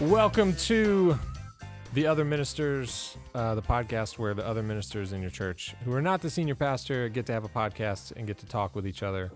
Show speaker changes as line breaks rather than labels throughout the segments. Welcome to the other ministers, uh, the podcast where the other ministers in your church who are not the senior pastor get to have a podcast and get to talk with each other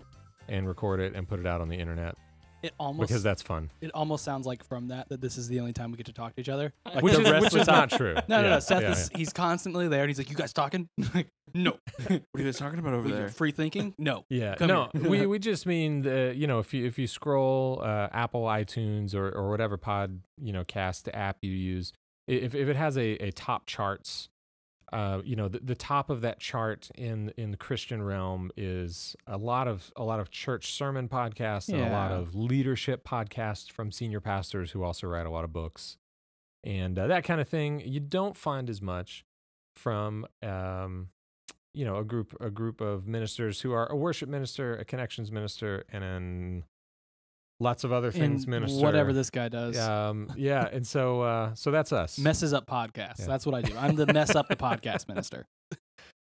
and record it and put it out on the internet
It almost
because that's fun.
it almost sounds like from that that this is the only time we get to talk to each other. Like
Which
the
is,
rest
which
of
is
the time-
not true.
No, no,
Yeah,
no. Seth
yeah,
is
yeah.
he's constantly there, and he's like, "You guys talking?" like, no.
What are you guys talking about over
"You
there?
Free thinking? No.
Yeah,
Come
no,
here.
we, we just mean the, you know if you if you scroll uh, Apple iTunes or or whatever pod you know cast app you use, i- if if it has a, a top charts, uh, you know the, the top of that chart in in the Christian realm is a lot of a lot of church sermon podcasts and a lot
Yeah.
of leadership podcasts from senior pastors who also write a lot of books and uh, that kind of thing. You don't find as much from um, you know a group a group of ministers who are a worship minister, a connections minister, and then lots of other things
And
minister.
Whatever this guy does,
Um, yeah, and so uh, so that's us.
messes up podcasts.
Yeah.
That's what I do. I'm the mess up the podcast minister.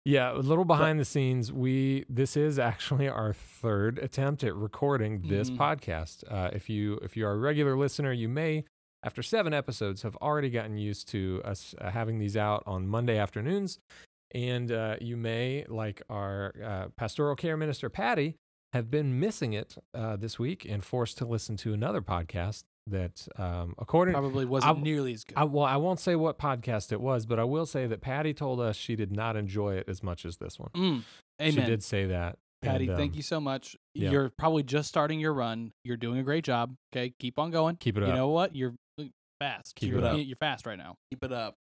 yeah, a little behind the scenes. We this is actually our third attempt at recording this
Mhm.
podcast. Uh, if you if you are a regular listener, you may. After seven episodes, have already gotten used to us uh, having these out on Monday afternoons, and uh, you may, like our uh, pastoral care minister Patty, have been missing it uh, this week and forced to listen to another podcast that, um, according
Probably wasn't
I-
nearly as good.
I, well, I won't say what podcast it was, but I will say that Patty told us she did not enjoy it as much as this one.
Mm.
She
Amen.
did say that.
Patty,
and,
thank
um,
you so much.
yeah.
You're probably just starting your run. You're doing a great job. Okay, keep on going.
Keep it
you
up.
know what? You're uh, fast.
Keep
You're-
it up.
You're fast right now.
Keep it up.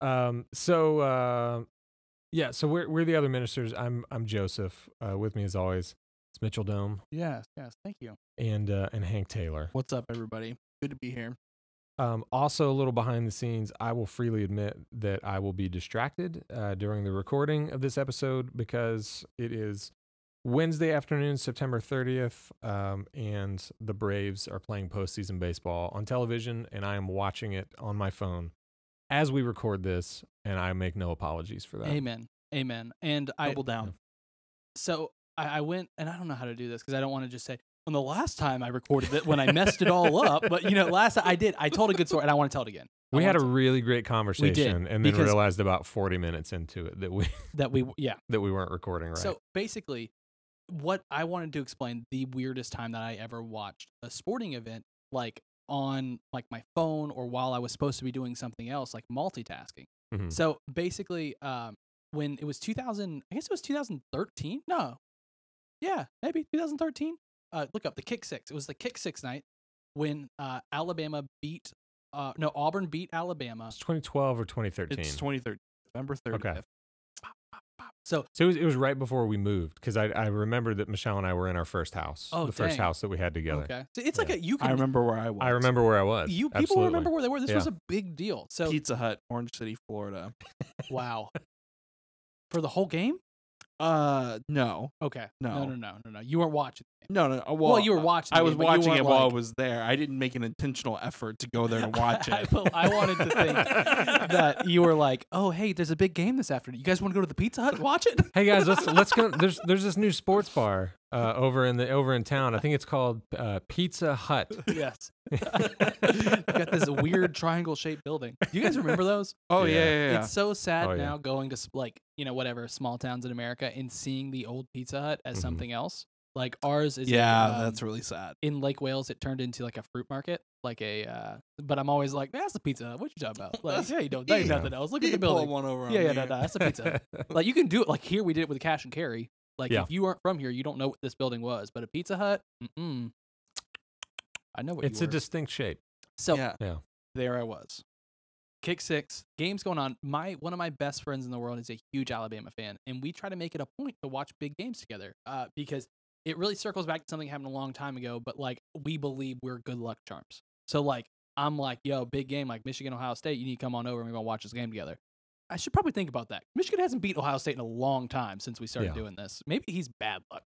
Um, so uh, yeah, so we're we're the other ministers. I'm I'm Joseph. Uh, with me as always, it's Mitchell Dome
Yes. Yes. Thank you.
and uh, and Hank Taylor.
What's up, everybody? Good to be here.
Um, also, a little behind the scenes, I will freely admit that I will be distracted uh, during the recording of this episode because it is Wednesday afternoon, September 30th, um, and the Braves are playing postseason baseball on television, and I am watching it on my phone as we record this, and I make no apologies for that.
Amen. Amen. And I
Double down.
so I, I went and I don't know how to do this because I don't want to just say on the last time I recorded it when I messed it all up. But you know, last I did I told a good story and I want to tell it again. I
We had a
want
really great conversation, and then
because-
realized about 40 minutes into it that we
to- that we yeah.
that we weren't recording right.
So basically, what I wanted to explain the weirdest time that I ever watched a sporting event like on like my phone or while I was supposed to be doing something else like multitasking.
Mhm.
So basically, um, when it was 2000, I guess it was 2013. No, yeah, maybe 2013. Uh, look up the kick six. It was the kick six night when uh, Alabama beat, uh, no, Auburn beat Alabama.
it's 2012 or 2013.
It's 2013, November 30th.
Okay.
So
So it was, it was right before we moved because I, I remember that Michelle and I were in our first house,
Oh,
the first
dang.
house that we had together.
okay, so it's like
Yeah.
a you can
I remember where I was.
I remember where I was.
you people
Absolutely.
remember where they were. This
Yeah.
was a big deal. So
Pizza Hut, Orange City, Florida.
wow, for the whole game.
Uh, no,
Okay, no,
No.
no, no, no, no. You weren't watching.
no, no. uh,
Well, you were
uh,
watching
I
the
was
game, but you
watching
weren't,
it while
like-
I was there. I didn't make an intentional effort to go there and watch
I-
it.
I wanted to think that you were like, oh hey, there's a big game this afternoon. You guys want to go to the Pizza Hut? and Watch it.
Hey guys, let's let's go. There's there's this new sports bar uh, over in the over in town. I think it's called uh, Pizza Hut.
Yes. got this weird triangle shaped building. Do you guys remember those?
oh
Yeah.
yeah, yeah, yeah. yeah.
It's so sad
Oh, yeah.
now going to s- like, you know, whatever small towns in America and seeing the old Pizza Hut as
Mhm.
something else. Like ours is a,
Mm-hmm. yeah,
um,
that's really sad.
in Lake Wales it turned into like a fruit market, like a uh but I'm always like, that's the Pizza Hut. What you talking about? Like, yeah, you don't that ain't
Yeah.
nothing else. Look at
You
the
pull
building.
one over on uh,
Yeah, yeah,
me.
no, no, that's a Pizza Hut. like you can do it like here we did it with cash and carry like
Yeah.
if you aren't from here you don't know what this building was but a pizza hut mm-mm, i know what
it's
you
a
were.
distinct shape.
so
yeah.
there i was kick six games going on my one of my best friends in the world is a huge alabama fan and we try to make it a point to watch big games together uh, because it really circles back to something that happened a long time ago but like we believe we're good luck charms so like i'm like yo big game like michigan ohio state you need to come on over and we're gonna watch this game together I should probably think about that. Michigan hasn't beat Ohio State in a long time since we started
Yeah.
doing this. Maybe he's bad luck.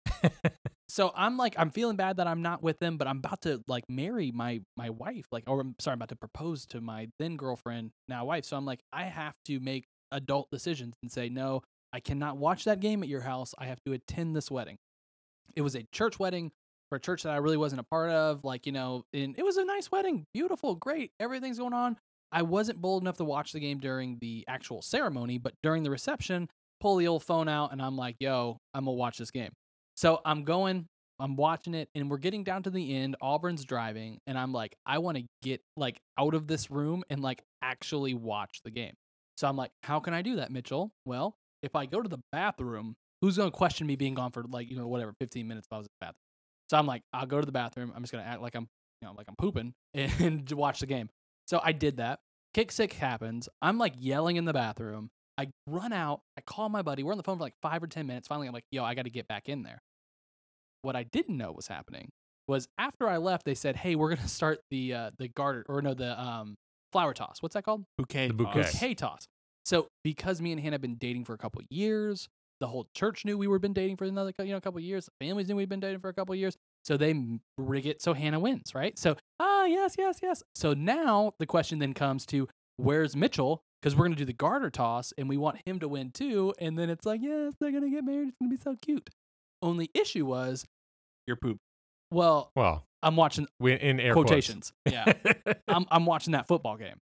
so I'm like, I'm feeling bad that I'm not with them, but I'm about to like marry my my wife, like, or I'm sorry, I'm about to propose to my then girlfriend, now wife. So I'm like, I have to make adult decisions and say, no, I cannot watch that game at your house. I have to attend this wedding. It was a church wedding for a church that I really wasn't a part of. Like, you know, and it was a nice wedding, beautiful, great, everything's going on. I wasn't bold enough to watch the game during the actual ceremony, but during the reception, pull the old phone out and I'm like, yo, I'm gonna watch this game. So I'm going, I'm watching it, and we're getting down to the end. Auburn's driving, and I'm like, I want to get like out of this room and like actually watch the game. So I'm like, how can I do that, Mitchell? Well, if I go to the bathroom, who's gonna question me being gone for like, you know, whatever, 15 minutes if I was at the bathroom. So I'm like, I'll go to the bathroom. I'm just gonna act like I'm, you know, like I'm pooping and watch the game. So I did that. Kick sick happens. I'm like yelling in the bathroom. I run out. I call my buddy. We're on the phone for like five or 10 minutes. Finally, I'm like, yo, I got to get back in there. What I didn't know was happening was after I left, they said, hey, we're going to start the, uh, the garter or no, the um, flower toss. What's that called?
Bouquet.
The bouquet.
toss.
Bouquet toss. So because me and Hannah had been dating for a couple years, the whole church knew we were been dating for another cou- you know couple years. The families knew we'd been dating for a couple years. So they m- rig it so Hannah wins, right? So ah yes yes yes. So now the question then comes to where's Mitchell? Because we're gonna do the garter toss and we want him to win too. And then it's like yes they're gonna get married. It's gonna be so cute. Only issue was
Your poop.
well
Well,
I'm watching
we, in air quotes.
quotations. Yeah. I'm, I'm watching that football game.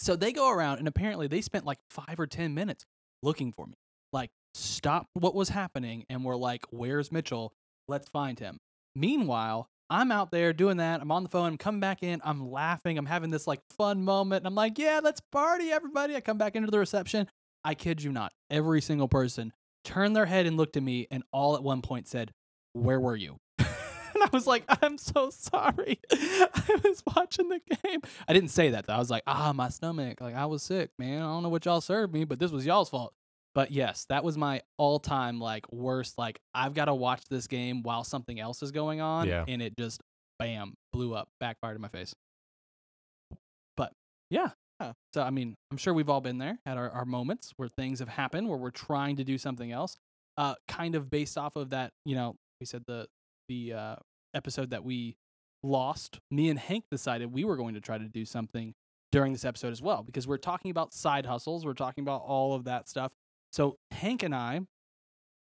so they go around and apparently they spent like five or 10 minutes looking for me. Like, stop what was happening. And we're like, where's Mitchell? Let's find him. Meanwhile, I'm out there doing that. I'm on the phone. I'm coming back in. I'm laughing. I'm having this like fun moment. And I'm like, yeah, let's party, everybody. I come back into the reception. I kid you not. Every single person turned their head and looked at me and all at one point said, where were you? and I was like, I'm so sorry. I was watching the game. I didn't say that though. I was like, ah, my stomach. Like I was sick, man. I don't know what y'all served me, but this was y'all's fault. But yes, that was my all-time like worst. Like I've got to watch this game while something else is going on,
Yeah.
and it just bam blew up, backfired in my face. But yeah.
Yeah.
So I mean, I'm sure we've all been there, had our, our moments where things have happened, where we're trying to do something else, uh, kind of based off of that. You know, we said the the uh, episode that we lost, me and Hank decided we were going to try to do something during this episode as well because we're talking about side hustles, we're talking about all of that stuff. So Hank and I,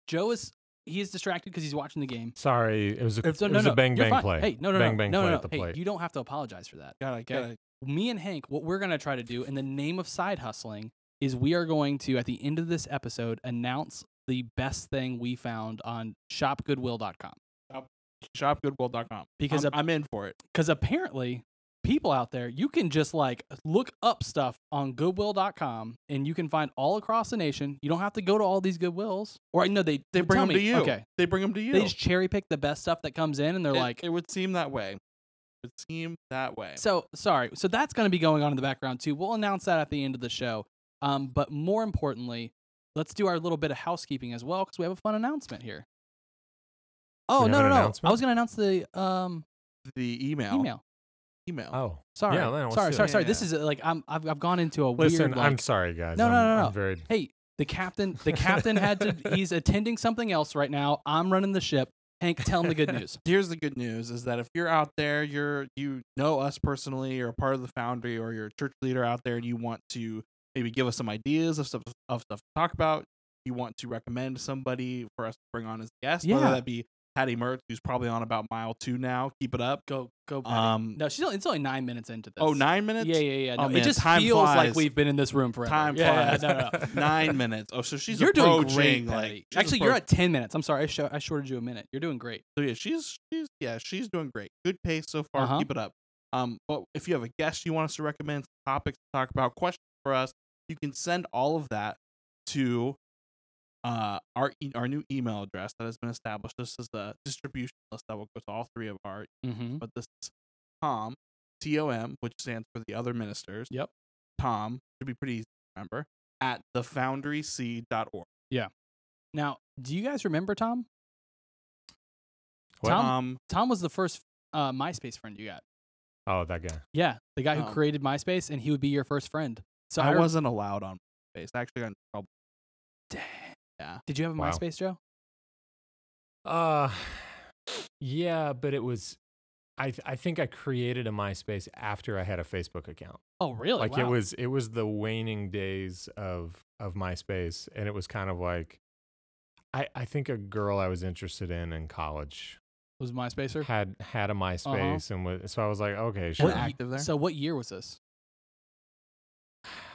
Joe is he is distracted because he's watching the game.
Sorry, it was a,
If-
it was a bang
you're
bang
fine.
play.
Hey, no, no,
bang
no,
bang
no,
play
no,
at the
no. Hey,
plate.
you don't have to apologize for that
Gotta, gotta.
me and Hank, what we're going to try to do in the name of side hustling is we are going to, at the end of this episode, announce the best thing we found on shopgoodwill.com.
Shopgoodwill.com.
Because
I'm,
a-
I'm in for it.
Because apparently, people out there, you can just like look up stuff on goodwill.com and you can find all across the nation. You don't have to go to all these Goodwills. Or I know they,
They bring
tell
'em
me.
to you.
Okay.
They bring them to you.
They just cherry pick the best stuff that comes in and they're
it,
like,
it would seem that way. It would seem that way.
So sorry. So that's going to be going on in the background too. We'll announce that at the end of the show. Um, but more importantly, let's do our little bit of housekeeping as well because we have a fun announcement here. Oh
We
no
have
no
an
no! I
announcement?
was going to announce the um,
the email.
email.
Email.
oh,
Sorry,
Yeah, no, let's
sorry,
do
sorry,
it.
sorry.
Yeah,
This
yeah.
is uh, like I'm I've, I've gone into a
listen,
weird.
I'm
like-
sorry guys.
No, no,
I'm-
no, no.
I'm very
hey, the captain. The captain had to. He's attending something else right now. I'm running the ship. Hank, tell him the good news.
Here's the good news is that if you're out there, you're you know us personally, you're a part of the foundry or you're a church leader out there and you want to maybe give us some ideas of stuff of stuff to talk about, you want to recommend somebody for us to bring on as a guest,
Yeah.
whether that be Patty Mertz, who's probably on about mile two now. Keep it up.
Go go. Patty.
Um
no, she's only, it's only nine minutes into this.
oh nine minutes?
Yeah, yeah, yeah. No,
Oh,
it
man,
just
time
feels like
flies.
we've been in this room forever.
Time
yeah,
flies.
Yeah, no, no, no.
Nine minutes. Oh, so she's
you're doing
approaching
great.
like
Patty.
she's
Actually, you're
approaching-
at ten minutes. I'm sorry, I, sho- I shorted you a minute. You're doing great.
So yeah, she's she's yeah, she's doing great. Good pace so far.
Uh-huh.
Keep it up. Um, but if you have a guest you want us to recommend, some topics to talk about, questions for us, you can send all of that to uh our e- our new email address that has been established. This is the distribution list that will go to all three of our
Mm-hmm.
but this is Tom T O M, which stands for the other ministers.
Yep.
Tom should be pretty easy to remember at thefoundryc.org.
Now, do you guys remember Tom?
What?
Tom?
Um,
Tom was the first uh, MySpace friend you got.
Oh, that guy.
Yeah, the guy who
Oh.
created MySpace, and he would be your first friend. So
I
I, was.
wasn't allowed on space. I actually got in trouble.
Did you have a
Wow.
MySpace, Joe?
Uh, yeah, but it was. I th- I think I created a MySpace after I had a Facebook account.
Oh, really?
like it
Wow.
was it was the waning days of of MySpace, and it was kind of like I I think a girl I was interested in in college
was MySpacer.
had had a
Uh-huh.
MySpace and was, so I was like, okay, sure.
We're
What ye-
active there.
So what year was this?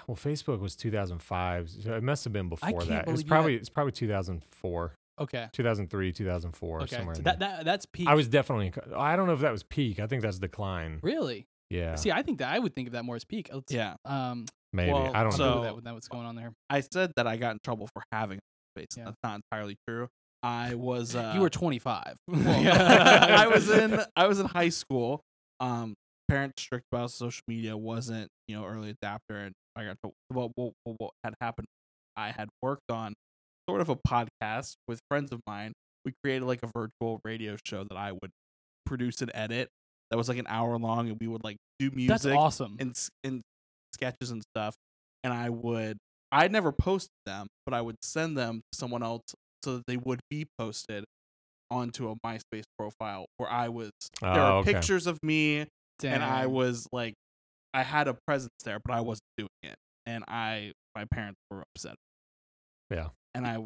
Well, Facebook was 2005. So it must have been
I
before
can't
that. It was
believe you had-
probably it's probably 2004,
Okay.
2003, 2004
okay.
somewhere.
So
in
that,
there.
that that's peak.
I was definitely. in co- I don't know if that was peak. I think that's decline.
really.
Yeah,
See, I think that I would think of that more as peak. Let's-
yeah,
Um.
maybe.
well,
I don't
So
know.
so-
that, that what's going on there.
I said that I got in trouble for having a MySpace.
Yeah.
That's not entirely true. I was uh,
you were 25.
Well,
Yeah.
I was in I was in high school. Um, parents strict about social media wasn't you know early adapter, and I got to what what, what, what had happened. I had worked on sort of a podcast with friends of mine. We created like a virtual radio show that I would produce and edit. That was like an hour long, and we would like do music
That's awesome.
and s- and sketches and stuff. And I would I never posted them, but I would send them to someone else so that they would be posted onto a MySpace profile where I was. There
Oh,
are
okay.
pictures of me, and I
Dang.
was like, I had a presence there, but I wasn't doing it, and I my parents were upset.
Yeah.
and I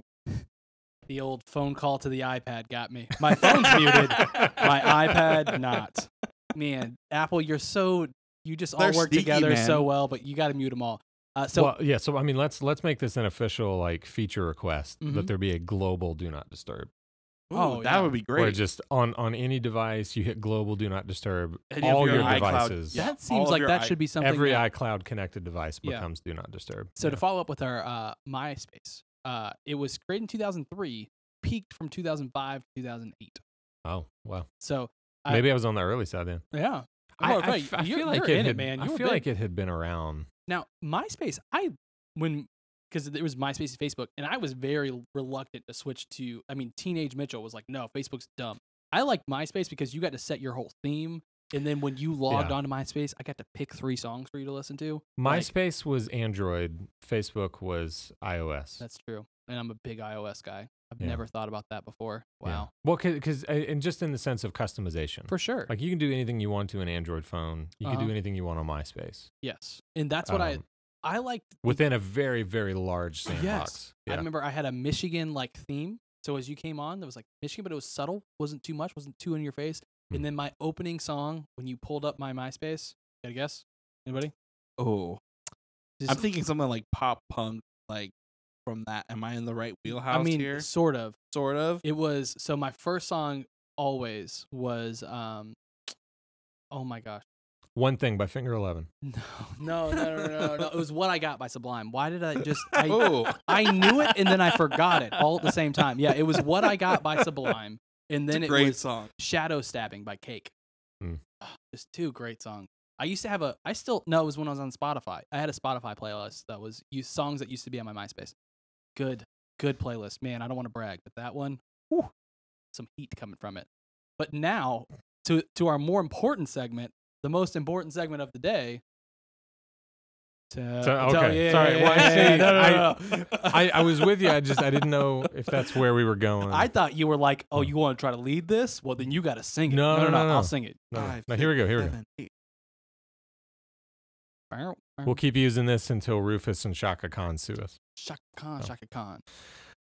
The old phone call to the iPad got me. My phone's muted. My iPad not. Man, Apple, you're so you just all
They're
work
sneaky,
together so
man.
well, but you got to mute them all. Uh, so
well, yeah. So I mean, let's let's make this an official like feature request
Mhm.
that there be a global do not disturb,
ooh,
Oh,
that
yeah.
would be
where
great.
just on on any device you hit global do not disturb,
Any of
all
your
your,
iCloud-
devices,
yeah,
that
all
seems
of
like
your
that
i-
should be something.
every
that-
iCloud connected device
Yeah.
becomes do not disturb.
so
yeah.
to follow up with our uh, MySpace, uh, it was created in 2003, peaked from 2005 to 2008.
oh wow,
So I-
maybe I was on the early side then.
yeah,
I,
Well,
I
right,
f- I
you're-
feel like
you're in
had,
it, man.
I
You were
feel
big.
like it had been around.
Now, MySpace, I when because it was MySpace and Facebook, and I was very l- reluctant to switch to. I mean, teenage Mitchell was like, "No, Facebook's dumb." I liked MySpace because you got to set your whole theme, and then when you logged
Yeah.
onto MySpace, I got to pick three songs for you to listen to. Like-
MySpace was Android, Facebook was iOS.
That's true, and I'm a big iOS guy. I've
Yeah.
never thought about that before. Wow,
Yeah. Well, because and just in the sense of customization,
for sure.
like you can do anything you want to an Android phone. You can
Uh-huh.
do anything you want on MySpace.
yes, and that's what I
Um,
I liked. the-
within a very very large
Yes.
sandbox.
I
Yeah.
remember I had a Michigan like theme. So as you came on, there was like Michigan, but it was subtle, wasn't too much, wasn't too in your face.
Hmm.
And then my opening song when you pulled up my MySpace, got a guess? Anybody?
oh,
Just-
I'm thinking something like pop punk, like from that. Am I in the right wheelhouse
I mean,
here?
sort of.
Sort of.
It was so my first song always was um, oh my gosh,
One thing by Finger Eleven.
no, no, no, no, no, no, no. It was what I got by Sublime. Why did I just? I,
oh,
I knew it and then I forgot it all at the same time. Yeah, it was what I got by Sublime, and then
it's a
it
great
was
song.
Shadow Stabbing by Cake.
Mm.
Ah, Just two great songs. I used to have a. I still no. It was when I was on Spotify. I had a Spotify playlist that was you songs that used to be on my MySpace. Good, good playlist, man. I don't want to brag, but that one, whew, some heat coming from it. But now to to our more important segment, the most important segment of the day. To,
So- okay.
yeah,
Sorry.
yeah,
Well, I
yeah, yeah,
see.
no, no, no, no.
I, I was with you. I just I didn't know if that's where we were going.
I thought you were like, oh,
Hmm.
you want to try to lead this? Well, then you got to sing it.
No,
no,
no, no,
I'll
no.
sing it.
no, no.
Five,
No, here we go. Here we go.
Seven, eight.
Bow, bow.
We'll keep using this until Rufus and Shaka Khan sue us.
Shaka Khan,
Oh.
Shaka Khan.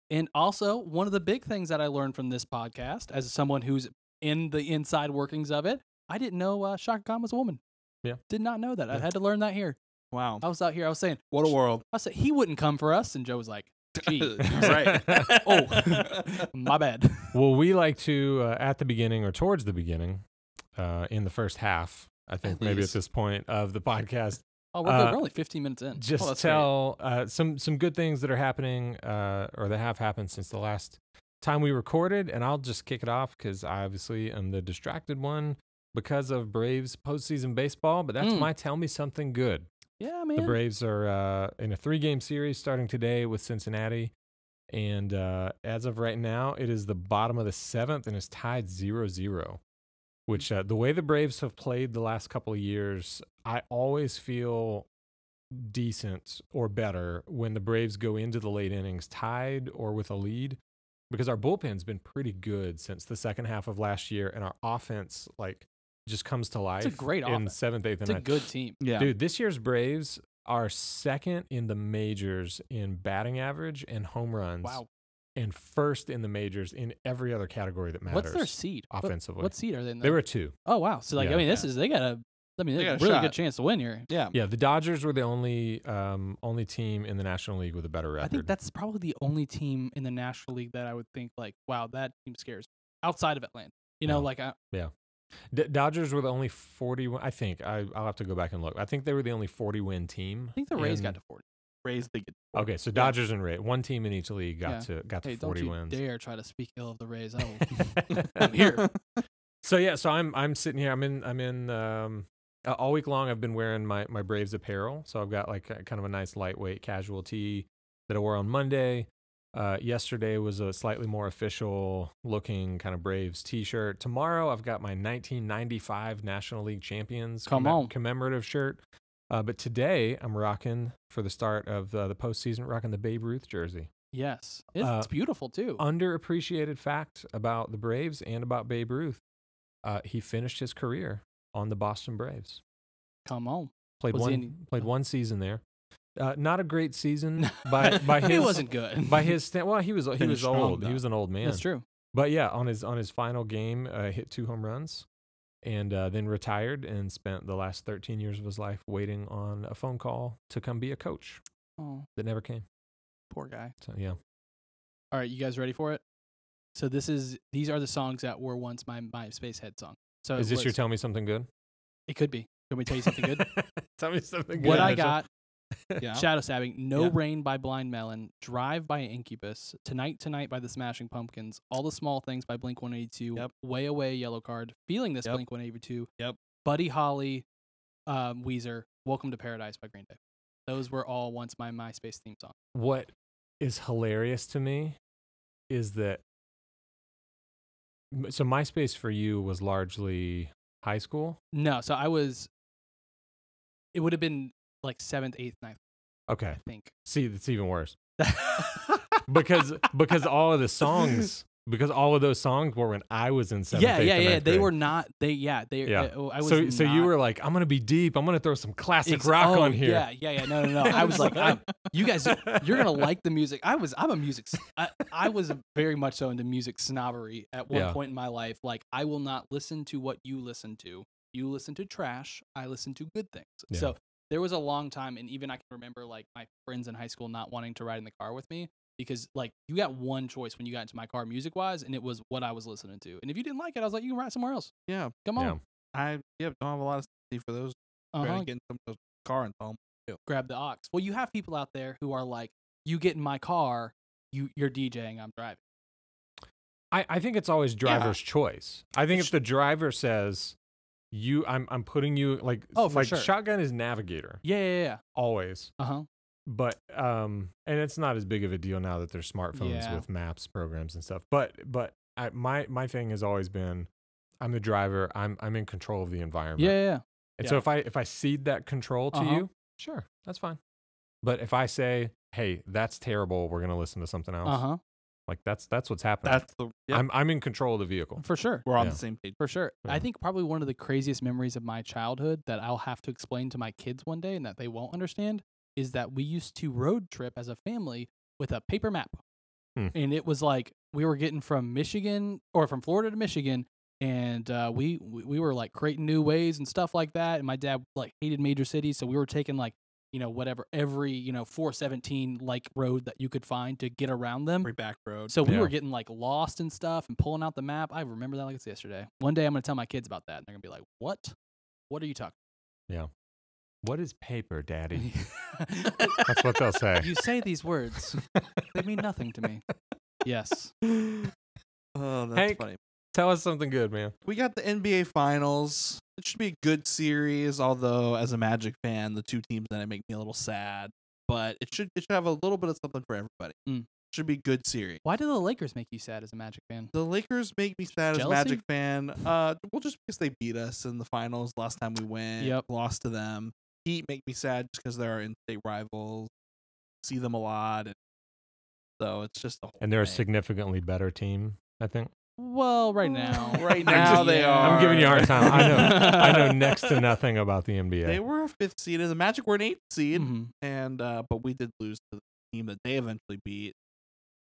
And also, one of the big things that I learned from this podcast, as someone who's in the inside workings of it, I didn't know uh, Shaka Khan was a woman.
Yeah.
Did not know that. I
Yeah.
had to learn that here.
Wow.
I was out here. I was saying,
What a world.
I said he wouldn't come for us, and Joe was like, gee,
right.
Oh. my bad.
Well, we like to uh, at the beginning or towards the beginning, uh, in the first half, I think maybe at
least.
this point of the podcast,
Oh, we're, good.
Uh,
we're only 15 minutes in. Oh,
just
that's great.
tell uh, some some good things that are happening uh, or that have happened since the last time we recorded, and I'll just kick it off because I obviously am the distracted one because of Braves postseason baseball. But that's
Mm.
my tell me something good. The
Yeah, man.
Braves are uh, in a three game series starting today with Cincinnati. And uh, as of right now, it is the bottom of the seventh and is tied 0 0. Which, uh, the way the Braves have played the last couple of years, I always feel decent or better when the Braves go into the late innings tied or with a lead because our bullpen's been pretty good since the second half of last year. And our offense, like, just comes to life
a great
in
offense.
seventh, eighth, and
It's a
ninth.
good team.
Yeah.
Dude, this year's Braves are second in the majors in batting average and home runs.
Wow.
and first in the majors in every other category that matters
What's their seed? What-
offensively.
What, seed are they in?
they
though?
were two.
Oh wow. So like
Yeah.
I mean, this is they got a. I mean, they
They got
got
a
a really
shot.
good chance to win here.
Yeah.
Yeah, the Dodgers were the only um, only team in the National League with a better record.
I think that's probably the only team in the National League that I would think like, wow, that team scares me. outside of Atlanta. You know,
Wow.
like I,
D- Dodgers were the only 40 win- I think I I'll have to go back and look. I think they were the only 40 win team.
I think the Rays got
in-
to forty.
Rays they get
Okay, so Dodgers and Rays, one team in each league got to got to
Hey, don't
40
you
wins.
dare try to speak ill of the Rays. I will. I'm here.
So yeah, so I'm I'm sitting here. I'm in I'm in um uh, all week long. I've been wearing my my Braves apparel. So I've got like a, kind of a nice lightweight casual tee that I wore on Monday. Uh, yesterday was a slightly more official looking kind of Braves t-shirt. Tomorrow I've got my 1995 National League champions
Come on.
commemorative shirt. Uh, but today I'm rocking for the start of uh, the postseason, rocking the Babe Ruth jersey
yes, it's,
Uh,
it's beautiful too.
underappreciated fact about the Braves and about Babe Ruth. Uh, he finished his career on the Boston Braves.
Come on.
Played
Was he
one
any-
played
oh.
one season there. Uh, not a great season by by his
it wasn't good.
by his stand. Well, he was he was
Finished strong,
old.
though.
he was an old man.
That's true.
But yeah, on his on his final game, uh, hit two home runs, and uh, then retired and spent the last 13 years of his life waiting on a phone call to come be a coach
Oh,
that never came.
poor guy.
So yeah,
All right, you guys ready for it? So this is these are the songs that were once my my space head song. So
is
it
this your
Uh, was-
tell me something good?
It could be. Can we tell you something good?
tell me something good.
what I
Mitchell.
got:
yeah.
Shadow Stabbing, No
Yeah.
Rain by Blind Melon, Drive by Incubus, Tonight Tonight by the Smashing Pumpkins, All the Small Things by Blink One Eighty Two,
Yep.
Way Away Yellow Card, Feeling This
Yep.
Blink One Eighty Two,
Yep.
Buddy Holly, um, Weezer, Welcome to Paradise by Green Day. Those were all once my MySpace theme song.
what is hilarious to me is that m- so MySpace for you was largely high school.
No, so I was. It would have been like seventh, eighth, ninth,
Okay,
I think.
see, that's even worse because because all of the songs because all of those songs were when I was in seventh.
yeah,
eighth,
yeah,
and
yeah.
ninth
They
grade.
were not. They yeah. They
Yeah.
yeah. I was
so so you
not
were like, I'm gonna be deep. I'm gonna throw some classic
ex-
rock
oh,
on here.
Yeah, yeah, yeah. No, no, no. I was like, I'm, you guys, you're gonna like the music. I was. I'm a music. s- I, I was very much so into music snobbery at one
Yeah.
point in my life. Like, I will not listen to what you listen to. You listen to trash. I listen to good things.
Yeah.
So there was a long time, and even I can remember like my friends in high school not wanting to ride in the car with me because like you got one choice when you got into my car music wise, and it was what I was listening to. And if you didn't like it, I was like, you can ride somewhere else.
Yeah.
Come
Yeah.
on,
I yeah, don't have a lot of sympathy for those trying
uh-huh.
to get in someone's car and tell 'em,
grab the ox. Well, you have people out there who are like, you get in my car, you you're DJing, I'm driving.
I, I think it's always driver's choice. I think if the driver says you I'm I'm putting you like
Oh, for
like
sure.
shotgun is navigator
Yeah, yeah, yeah.
always.
Uh huh.
But um and it's not as big of a deal now that there's smartphones
Yeah.
with maps programs and stuff. But but I, my my thing has always been I'm the driver. I'm I'm in control of the environment.
Yeah, yeah, yeah.
And
yeah.
so if I if I cede that control to
Uh-huh.
you, sure, that's fine. But if I say, "Hey, that's terrible. We're going to listen to something else."
Uh huh.
Like that's that's what's happening.
That's the yeah.
I'm I'm in control of the vehicle.
For sure.
we're on
Yeah.
the same page.
For sure.
Yeah.
I think probably one of the craziest memories of my childhood that I'll have to explain to my kids one day and that they won't understand is that we used to road trip as a family with a paper map.
Hmm.
And it was like we were getting from Michigan or from Florida to Michigan and uh, we we we were like creating new ways and stuff like that and my dad like hated major cities so we were taking like you know whatever every you know 417 like road that you could find to get around them
Every back road.
so we
Yeah.
were getting like lost and stuff and pulling out the map. I remember that like it's yesterday. One day I'm gonna tell my kids about that and they're gonna be like, What? What are you talking
What is paper, daddy?
about?
That's what they'll say.
you say these words. They mean nothing to me. Yes.
oh, that's
Hank.
funny.
Tell us something good, man.
We got the NBA Finals. It should be a good series, although as a Magic fan, the two teams that it make me a little sad. But it should it should have a little bit of something for everybody.
Mm.
Should be a good series.
Why do the Lakers make you sad as a Magic fan?
The Lakers make me sad as a
Jealousy?
Magic fan. Uh, well, just because they beat us in the finals last time we went,
Yep.
lost to them. Heat make me sad just because they're our in-state rivals. See them a lot, and so it's just the whole
And they're a
thing.
significantly better team, I think.
Well, right now.
Right now they are.
I'm giving you a hard time. I know. I know next to
nothing.
nothing about the NBA.
They were a fifth seed, and the Magic were an eighth
Mm-hmm.
seed, and uh, but we did lose to the team that they eventually beat.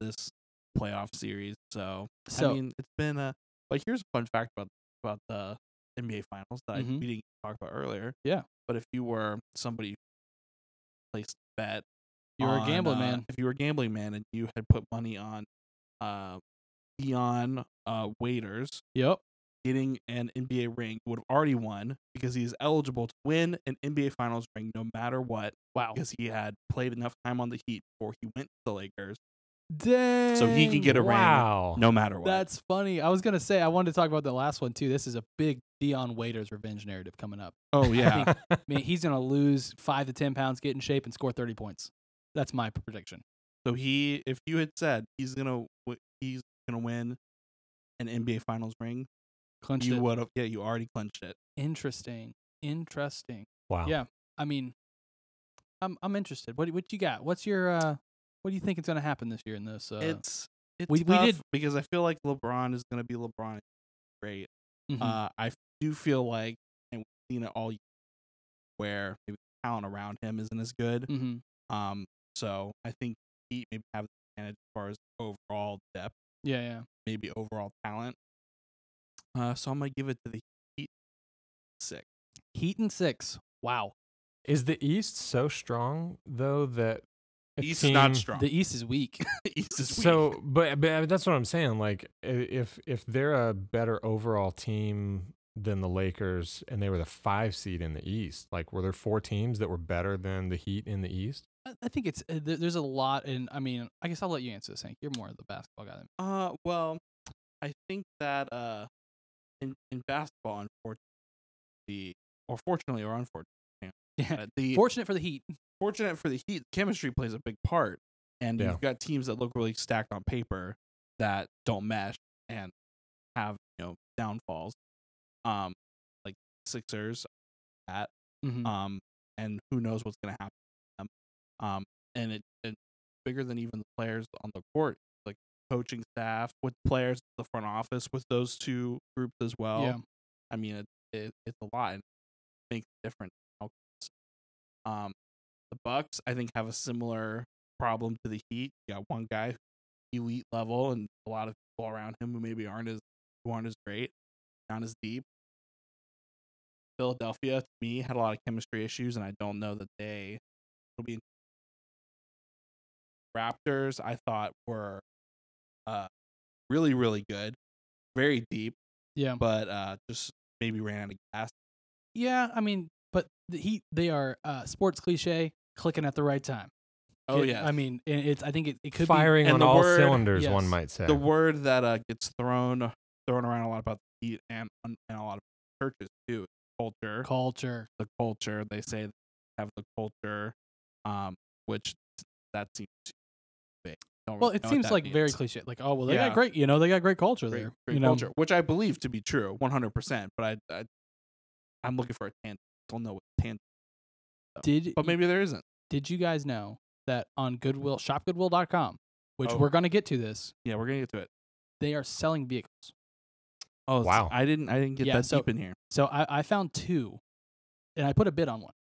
This playoff series. So,
So
I mean, it's been a like here's a fun fact about about the NBA Finals that I
Mhm.
we didn't talk about earlier.
Yeah.
but if you were somebody who placed a bet,
you were a
on,
gambling
uh,
man.
If you were a gambling man and you had put money on, uh, Dion uh Waiters
Yep.
getting an NBA ring, would have already won because he is eligible to win an NBA Finals ring no matter what
Wow.
because he had played enough time on the Heat before he went to the Lakers,
Dang.
so he can get a ring
wow.
no matter what.
That's funny. I was gonna say I wanted to talk about the last one too. This is a big Dion Waiters revenge narrative coming up.
oh yeah.
I mean, he's gonna lose five to ten pounds, get in shape, and score thirty points. That's my prediction.
So he, if you had said he's gonna w- he's gonna win an NBA Finals ring,
Clinched
you
it.
would have yeah, you already clinched it.
Interesting. Interesting.
wow.
Yeah. I mean, I'm I'm interested. What what you got? What's your uh? What do you think is gonna happen this year in this? Uh,
it's it's
we- we
tough
did-
because I feel like LeBron is gonna be LeBron. Great.
mhm.
Uh, I do feel like and we've seen it all year where maybe the talent around him isn't as good.
mhm.
Um, so I think he maybe have the advantage as far as overall depth,
Yeah. Yeah.
maybe overall talent. Uh, so I'm gonna give it to the Heat six.
Heat and six. Wow.
Is the East so strong though that a
He's not
team-
strong.
The East is weak.
East is weak.
So, but, but that's what I'm saying. Like, i- if if they're a better overall team than the Lakers, and they were the five seed in the East, like, were there four teams that were better than the Heat in the East?
I- I think it's uh, there, there's a lot, and I mean, I guess I'll let you answer this, Hank. You're more of the basketball guy. Than me.
Uh, well, I think that uh, in in basketball, unfortunately, the or fortunately or unfortunately, hang on,
Yeah.
uh, the
Fortunate for the Heat.
fortunate for the Heat, chemistry plays a big part, and
Yeah.
you've got teams that look really stacked on paper that don't mesh and have you know downfalls, um, like Sixers, that
Mhm.
um, and who knows what's going to happen to them. Um, and it, it's bigger than even the players on the court, like coaching staff with players, the front office with those two groups as well.
yeah.
I mean, it, it, it's a lot and makes a difference. in outcomes. Um, the Bucks, I think, have a similar problem to the Heat. You got one guy who's elite level, and a lot of people around him who maybe aren't as who aren't as great, not as deep. Philadelphia, to me, had a lot of chemistry issues, and I don't know that they will be. Raptors, I thought were uh, really, really good, very deep
Yeah.
but uh just maybe ran out of gas.
Yeah. I mean, but the Heat, they are uh, sports cliche, clicking at the right time.
Oh
It-
yeah.
I mean, it, it's. I think it, it could
Firing
And
on
the
all
word-
cylinders, one
yes.
might say.
the word that uh gets thrown thrown around a lot about the heat and and a lot of churches too. is Culture,
be culture.
the culture. They say they have the culture, um, which that seems too vague. Don't
Well,
really
it
know what
seems
that
like very
means.
cliche. Like, oh well, they
Yeah.
got great. You know, they got great culture
Great-
there.
great
you know,
culture, which I believe to be true, one hundred percent. But I, I, I'm looking for a tangent. Don't know what tangent,
did
but maybe there isn't.
did you guys know that on Goodwill shopgoodwill.com, which
Oh.
we're gonna get to this,
Yeah, we're gonna get to it.
they are selling vehicles.
Oh
Wow.
I didn't, I didn't get
Yeah,
that
so-
deep in here
So I, I found two, and I put a bid on one.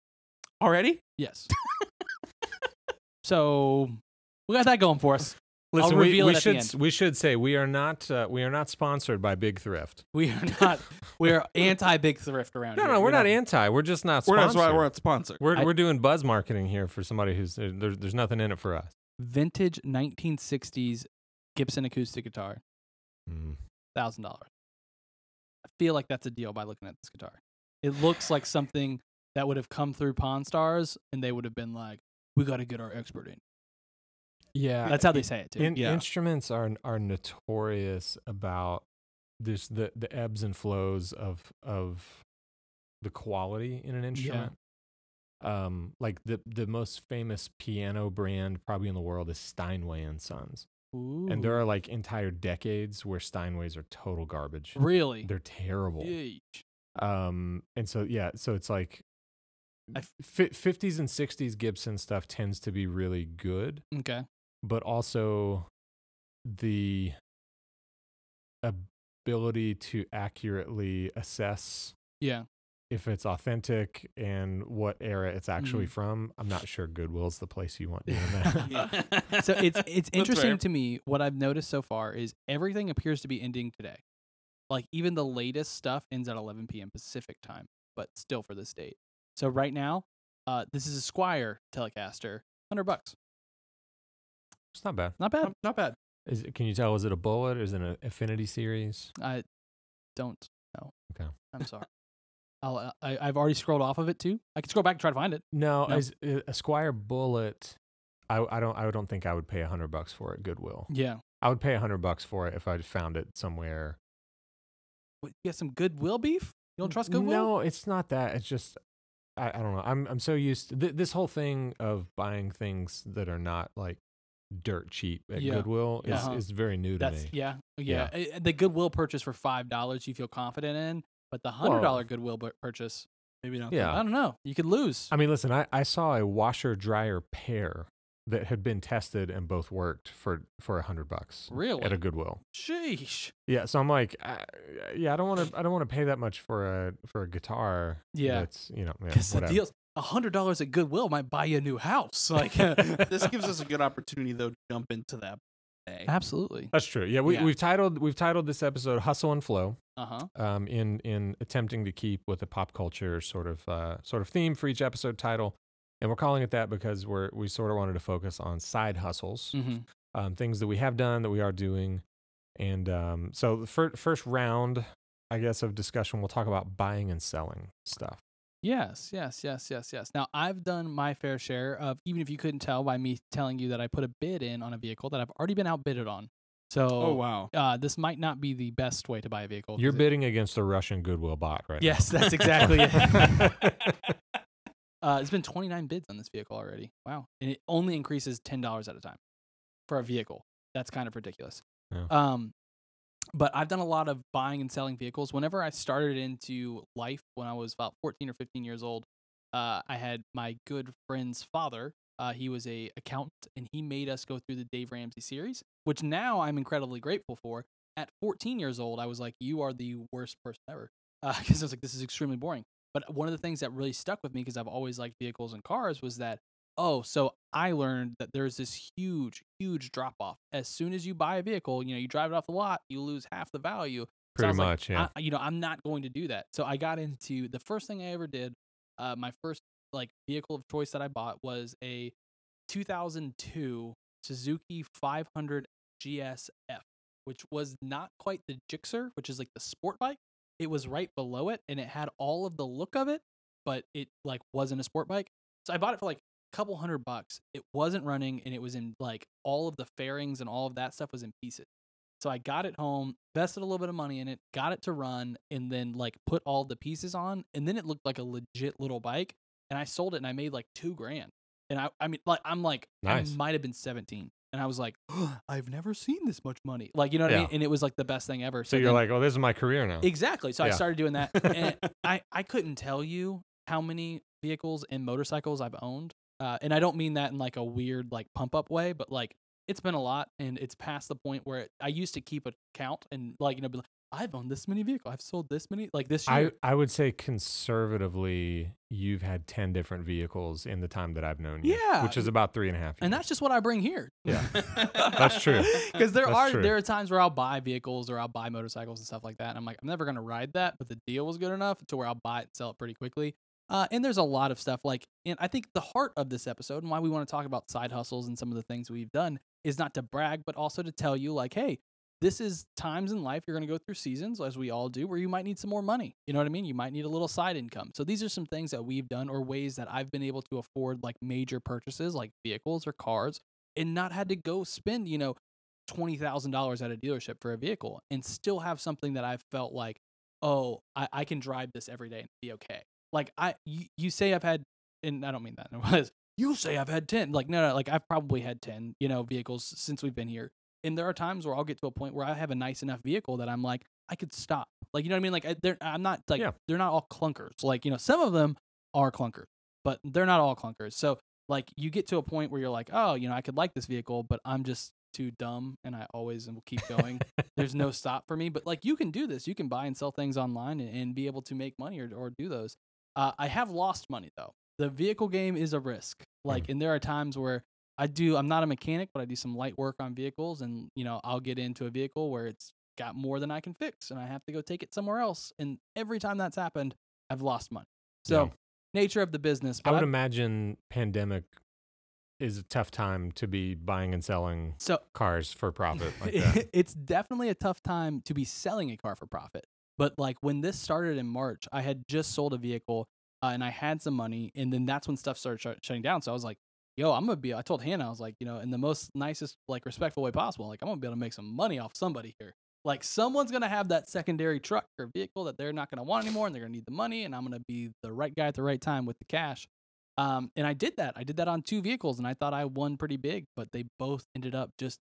already.
Yes. so we got that going for us.
Listen,
I'll
we,
reveal
we
it at the
should
end.
s- we should say we are not uh, we are not sponsored by Big Thrift.
We are not. We are anti big thrift around
No,
here.
no, we're not anti. We're just not
We're not,
sponsored.
sorry, we're not sponsored.
we're,
I-
we're doing buzz marketing here for somebody who's uh, there, there's there's nothing in it for us.
vintage 1960s Gibson acoustic guitar,
Mm.
thousand dollars. I feel like that's a deal by looking at this guitar. It looks like something that would have come through Pawn Stars, and they would have been like, "We got to get our expert in."
Yeah,
That's how they say it too.
In,
Yeah.
Instruments are are notorious about this the the ebbs and flows of of the quality in an instrument. Um, like the the most famous piano brand probably in the world is Steinway and Sons, and there
Ooh.
are like entire decades where Steinways are total garbage.
really.
They're terrible.
Yeesh.
Um, and so yeah, so it's like.
I f-
fi- 50s and 60s Gibson stuff tends to be really good
Okay.
but also the ability to accurately assess
Yeah.
if it's authentic and what era it's actually from. I'm not sure Goodwill's the place you want doing that.
Yeah.
So it's it's
fair.
interesting to me what I've noticed so far is everything appears to be ending today. Like even the latest stuff ends at 11 p.m. Pacific time, but still for this date. So right now, uh, this is a Squire Telecaster, hundred bucks,
it's not bad.
not bad.
not, not bad.
Is it, can you tell? Is it a bullet? Is it an affinity series?
I don't know.
Okay.
I'm sorry. I'll, uh, I, I've already scrolled off of it too. I can scroll back and try to find it.
No,
No.
As, uh, a Squire bullet. I, I don't. I don't think I would pay a hundred bucks for it. Goodwill.
Yeah,
I would pay a hundred bucks for it if I found it somewhere.
what, you got some Goodwill beef. You don't trust Goodwill?
No, it's not that. It's just I, I don't know. I'm I'm so used to th- this whole thing of buying things that are not like dirt cheap at
Yeah.
Goodwill is,
Uh-huh.
is very new to
That's
me.
yeah, yeah. Uh, The Goodwill purchase for five dollars, you feel confident in, but the hundred dollar Goodwill bu- purchase,
Maybe not.
Yeah.
I don't know. You could lose.
I mean, listen, I, I saw a washer dryer pair that had been tested and both worked for for a hundred bucks
really?
at a Goodwill.
Sheesh.
Yeah, so I'm like, I, yeah, I don't want to I don't want to pay that much for a for a guitar.
Yeah.
that's you know yeah,
Because the
whatever.
deals, hundred dollars at Goodwill might buy you a new house. Like,
this gives us a good opportunity though to jump into that. Day.
absolutely.
That's true. Yeah, we,
Yeah.
we've titled we've titled this episode "Hustle and Flow."
Uh huh.
um, in in attempting to keep with a pop culture sort of uh, sort of theme for each episode title, and we're calling it that because we're we sort of wanted to focus on side hustles,
hmm
um, things that we have done that we are doing, and um, so the fir- first round, I guess, of discussion, we'll talk about buying and selling stuff.
Yes, yes, yes, yes, yes. Now I've done my fair share of even if you couldn't tell by me telling you that I put a bid in on a vehicle that I've already been outbidded on. So
Oh wow.
uh, this might not be the best way to buy a vehicle. 'cause
You're
it-
bidding against a Russian Goodwill bot, right? now.
Yes, that's exactly it. Uh, there's been 29 bids on this vehicle already. Wow. And it only increases $10 at a time for a vehicle. That's kind of ridiculous.
Yeah.
Um, but I've done a lot of buying and selling vehicles. Whenever I started into life when I was about 14 or 15 years old, uh, I had my good friend's father. Uh, he was a accountant and he made us go through the Dave Ramsey series, which now I'm incredibly grateful for. At 14 years old, I was like, you are the worst person ever. Because I was like, this is extremely boring. But one of the things that really stuck with me because I've always liked vehicles and cars was that, oh, so I learned that there's this huge, huge drop off. As soon as you buy a vehicle, you know, you drive it off the lot, you lose half the value. So I
pretty
was like,
much. yeah,
I, you know, I'm not going to do that. So I got into the first thing I ever did. Uh, my first like vehicle of choice that I bought was a 2002 Suzuki 500 GSF, which was not quite the Gixxer, which is like the sport bike. It was right below it, and it had all of the look of it, but it like wasn't a sport bike. So I bought it for like a couple hundred bucks. It wasn't running, and it was in like all of the fairings and all of that stuff was in pieces. So I got it home, invested a little bit of money in it, got it to run, and then like put all the pieces on, and then it looked like a legit little bike. And I sold it, and I made like two grand. And I, I mean, like I'm like,
Nice.
I might have been 17, and I was like, I've never seen this much money, like you know what I
Yeah.
mean. And it was like the best thing ever.
so you're
then-
like, oh, this is my career now.
exactly. So I
Yeah.
started doing that, and I I couldn't tell you how many vehicles and motorcycles I've owned. Uh, and I don't mean that in like a weird like pump up way, but like it's been a lot, and it's past the point where it, I used to keep a count and like you know be like I've owned this many vehicles, I've sold this many like this year.
I, I would say conservatively, you've had 10 different vehicles in the time that I've known you.
Yeah.
Which is about three and a half years.
and that's just what I bring here.
Yeah.
that's
true.
Because there
That's
are
true.
there are times where I'll buy vehicles or I'll buy motorcycles and stuff like that. And I'm like, I'm never gonna ride that, but the deal was good enough to where I'll buy it and sell it pretty quickly. Uh, and there's a lot of stuff like, and I think the heart of this episode and why we want to talk about side hustles and some of the things we've done is not to brag, but also to tell you like, hey, this is times in life you're going to go through seasons as we all do where you might need some more money you know what i mean you might need a little side income so these are some things that we've done or ways that i've been able to afford like major purchases like vehicles or cars and not had to go spend you know $20000 at a dealership for a vehicle and still have something that i've felt like oh i, I can drive this every day and be okay like i you, you say i've had and i don't mean that in a was you say i've had 10 like no no like i've probably had 10 you know vehicles since we've been here and there are times where I'll get to a point where I have a nice enough vehicle that I'm like, I could stop. Like, you know what I mean? Like, I, they're, I'm not like,
Yeah.
they're not all clunkers. Like, you know, some of them are clunkers, but they're not all clunkers. So, like, you get to a point where you're like, oh, you know, I could like this vehicle, but I'm just too dumb, and I always will keep going. There's no stop for me. But like, you can do this. You can buy and sell things online and, and be able to make money or, or do those. Uh, I have lost money though. The vehicle game is a risk. Like, and there are times where I do. I'm not a mechanic, but I do some light work on vehicles, and you know, I'll get into a vehicle where it's got more than I can fix, and I have to go take it somewhere else. And every time that's happened, I've lost money. So
Yeah.
nature of the business.
I
But
would
I've-
imagine pandemic is a tough time to be buying and selling
so
cars for profit like that.
it's definitely a tough time to be selling a car for profit. But like when this started in March, I had just sold a vehicle uh, and I had some money, and then that's when stuff started shut shutting down. So I was like, "Yo, I'm gonna be." I told Hannah, I was like, you know, in the most nicest, like respectful way possible, like I'm gonna be able to make some money off somebody here. Like someone's gonna have that secondary truck or vehicle that they're not gonna want anymore, and they're gonna need the money, and I'm gonna be the right guy at the right time with the cash. Um, and I did that. I did that on two vehicles, and I thought I won pretty big, but they both ended up just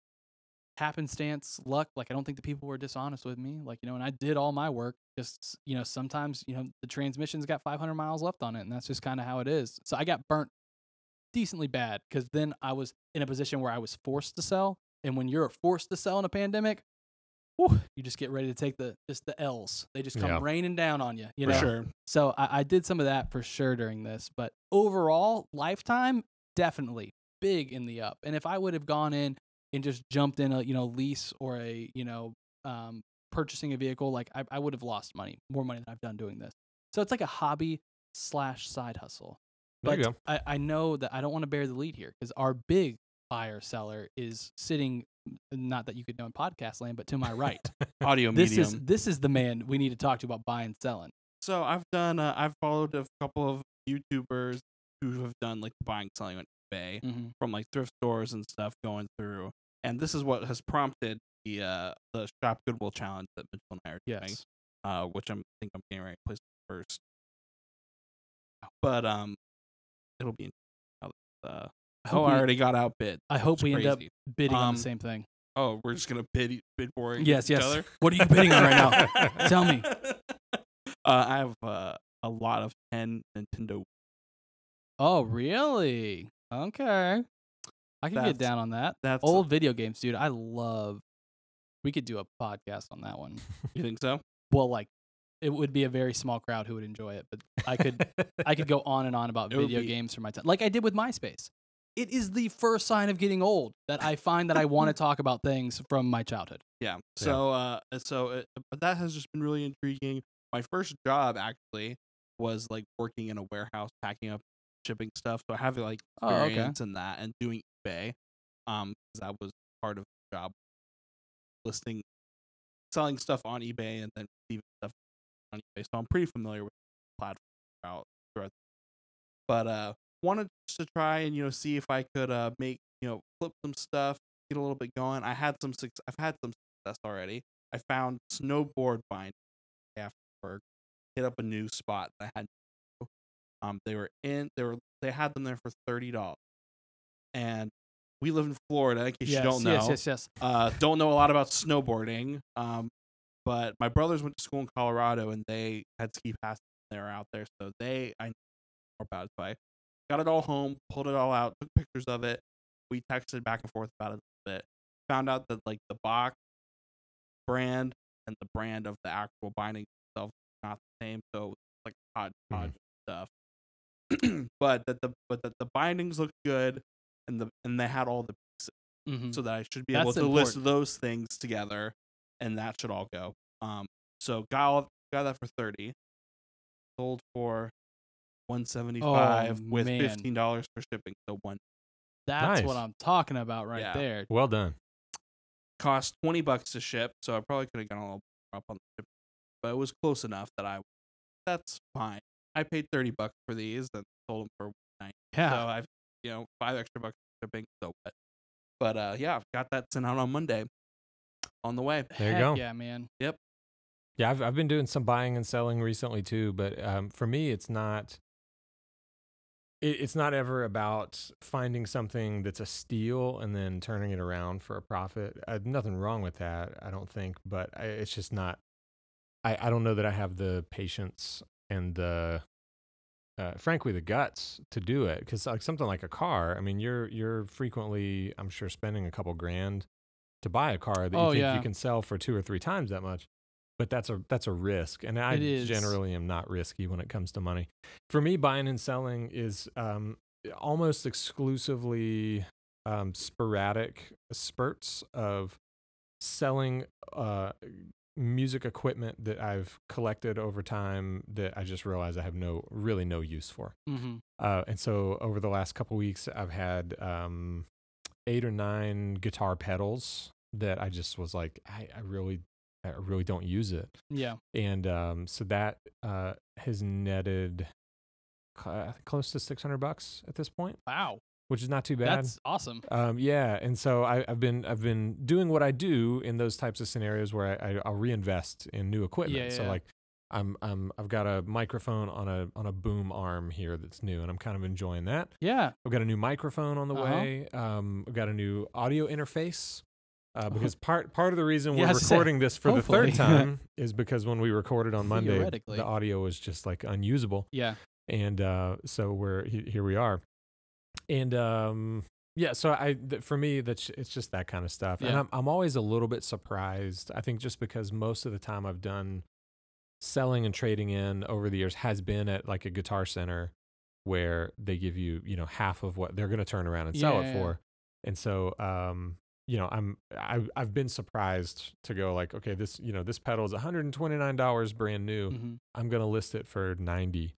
happenstance luck like i don't think the people were dishonest with me like you know and i did all my work just you know sometimes you know the transmission's got 500 miles left on it and that's just kind of how it is so i got burnt decently bad because then i was in a position where i was forced to sell and when you're forced to sell in a pandemic whew, you just get ready to take the just the l's they just come
Yeah.
raining down on you you
for
know
sure.
so I, I did some of that for sure during this, but overall, lifetime definitely big in the up. And if I would have gone in and just jumped in a you know lease or a you know um, purchasing a vehicle, like I, I would have lost money, more money than I've done doing this. So it's like a hobby slash side hustle.
There
But
you go.
I, I know that I don't want to bear the lead here because our big buyer seller is sitting. Not that you could know in podcast land, but to my right,
Audio
this
medium.
is this is the man we need to talk to about buying and selling.
So I've done. Uh, I've followed a couple of YouTubers who have done like buying, selling on eBay
Mm.
Mm-hmm.
from like thrift stores and stuff going through, and this is what has prompted the uh, the shop goodwill challenge that Mitchell and I are doing.
Yes.
uh, which I'm think I'm getting ready to place first. But um, it'll be. Uh, oh,
I
I
hope we-
already got outbid.
I hope
It's
we end up
crazy.
bidding on the
Um,
same thing.
Oh, we're just gonna bid bid for it
Yes,
each
yes.
other?
What are you bidding on right now? Tell me.
Uh, I have uh, a lot of ten Nintendo.
Oh, really? Okay. I can
That's-
get down on that.
That's
Old video games, dude. I love. We could do a podcast on that one.
You think so?
Well, like it would be a very small crowd who would enjoy it, but I could I could go on and on about
It would
video
be-
games for my time, like I did with MySpace. It is the first sign of getting old that I find that I want to talk about things from my childhood.
Yeah. So uh, so it, but that has just been really intriguing. My first job actually was like working in a warehouse, packing up, shipping stuff. So I have like
Oh, okay.
experience in that and doing eBay. Um, 'cause that was part of the job, listing, selling stuff on eBay and then receiving stuff on eBay. So I'm pretty familiar with the platform throughout. throughout. But uh, wanted just to try and you know see if I could uh make you know flip some stuff, get a little bit going. I had some success. I've had some success already. I found snowboard binding after work. Hit up a new spot that I had. Um, they were in. They were. They had them there for thirty dollars, and we live in Florida. In case you don't know,
Yes, yes, yes.
uh, don't know a lot about snowboarding, um, but my brothers went to school in Colorado and they had ski passes. when They were out there, so they I know more about it. So I got it all home, pulled it all out, took pictures of it. We texted back and forth about it a little bit. Found out that like the box brand and the brand of the actual binding itself were not the same, so it was like hodgepodge of stuff. but that the but that the bindings looked good, and the and they had all the
hmm
so that I should be
That's
able to list
important.
those things together, and that should all go. Um, so got all, got that for thirty, sold for one seventy five
Oh,
with
man.
fifteen dollars for shipping. So one
That's what
Nice.
I'm talking about right
Yeah.
there.
well done.
cost twenty bucks to ship, so I probably could have gone a little more up on the shipping, but it was close enough that I that's fine. I paid thirty bucks for these and sold them for
Yeah.
So I've you know five extra bucks for shipping. So what? But uh, yeah, I've got that sent out on Monday. On the way.
There you
Heck
go.
Yeah, man.
Yeah, I've I've been doing some buying and selling recently too, but um, for me, it's not. It, it's not ever about finding something that's a steal and then turning it around for a profit. Uh, nothing wrong with that, I don't think, but I, it's just not. I I don't know that I have the patience and the uh, frankly the guts to do it because like something like a car i mean you're you're frequently i'm sure spending a couple grand to buy a car that
Oh,
you think
yeah.
you can sell for two or three times that much but that's a that's a risk and i
It is.
generally am not risky when it comes to money for me buying and selling is um, almost exclusively um, sporadic spurts of selling uh, music equipment that I've collected over time that I just realize I have no really no use for.
Mm-hmm.
Uh, and so over the last couple weeks, I've had um, eight or nine guitar pedals that I just was like, I, I really, I really don't use it.
Yeah.
And um, so that uh, has netted cl- close to 600 bucks at this point,
Wow.
which is not too bad.
That's awesome.
Um, yeah, and so I, I've been I've been doing what I do in those types of scenarios where I, I, I'll reinvest in new equipment.
Yeah,
so
yeah.
like I'm I'm I've got a microphone on a on a boom arm here that's new, and I'm kind of enjoying that.
Yeah.
I've got a new microphone on the
Uh-huh.
way. Um, I've got a new audio interface. Uh, because part part of the reason
Yeah,
we're
I was gonna say,
recording this for the
Uh-huh. hopefully.
third time is because when we recorded on Monday,
Theoretically.
the audio was just like unusable
Yeah.
and uh, so we're he- here we are and um yeah so i th- for me that's it's just that kind of stuff and
Yeah.
I'm, I'm always a little bit surprised i think just because most of the time i've done selling and trading in over the years has been at like a guitar center where they give you you know half of what they're going to turn around and sell
Yeah, yeah,
it
yeah.
for and so um you know i'm I, i've been surprised to go like okay this you know this pedal is $129 brand new
hmm
I'm gonna list it for ninety.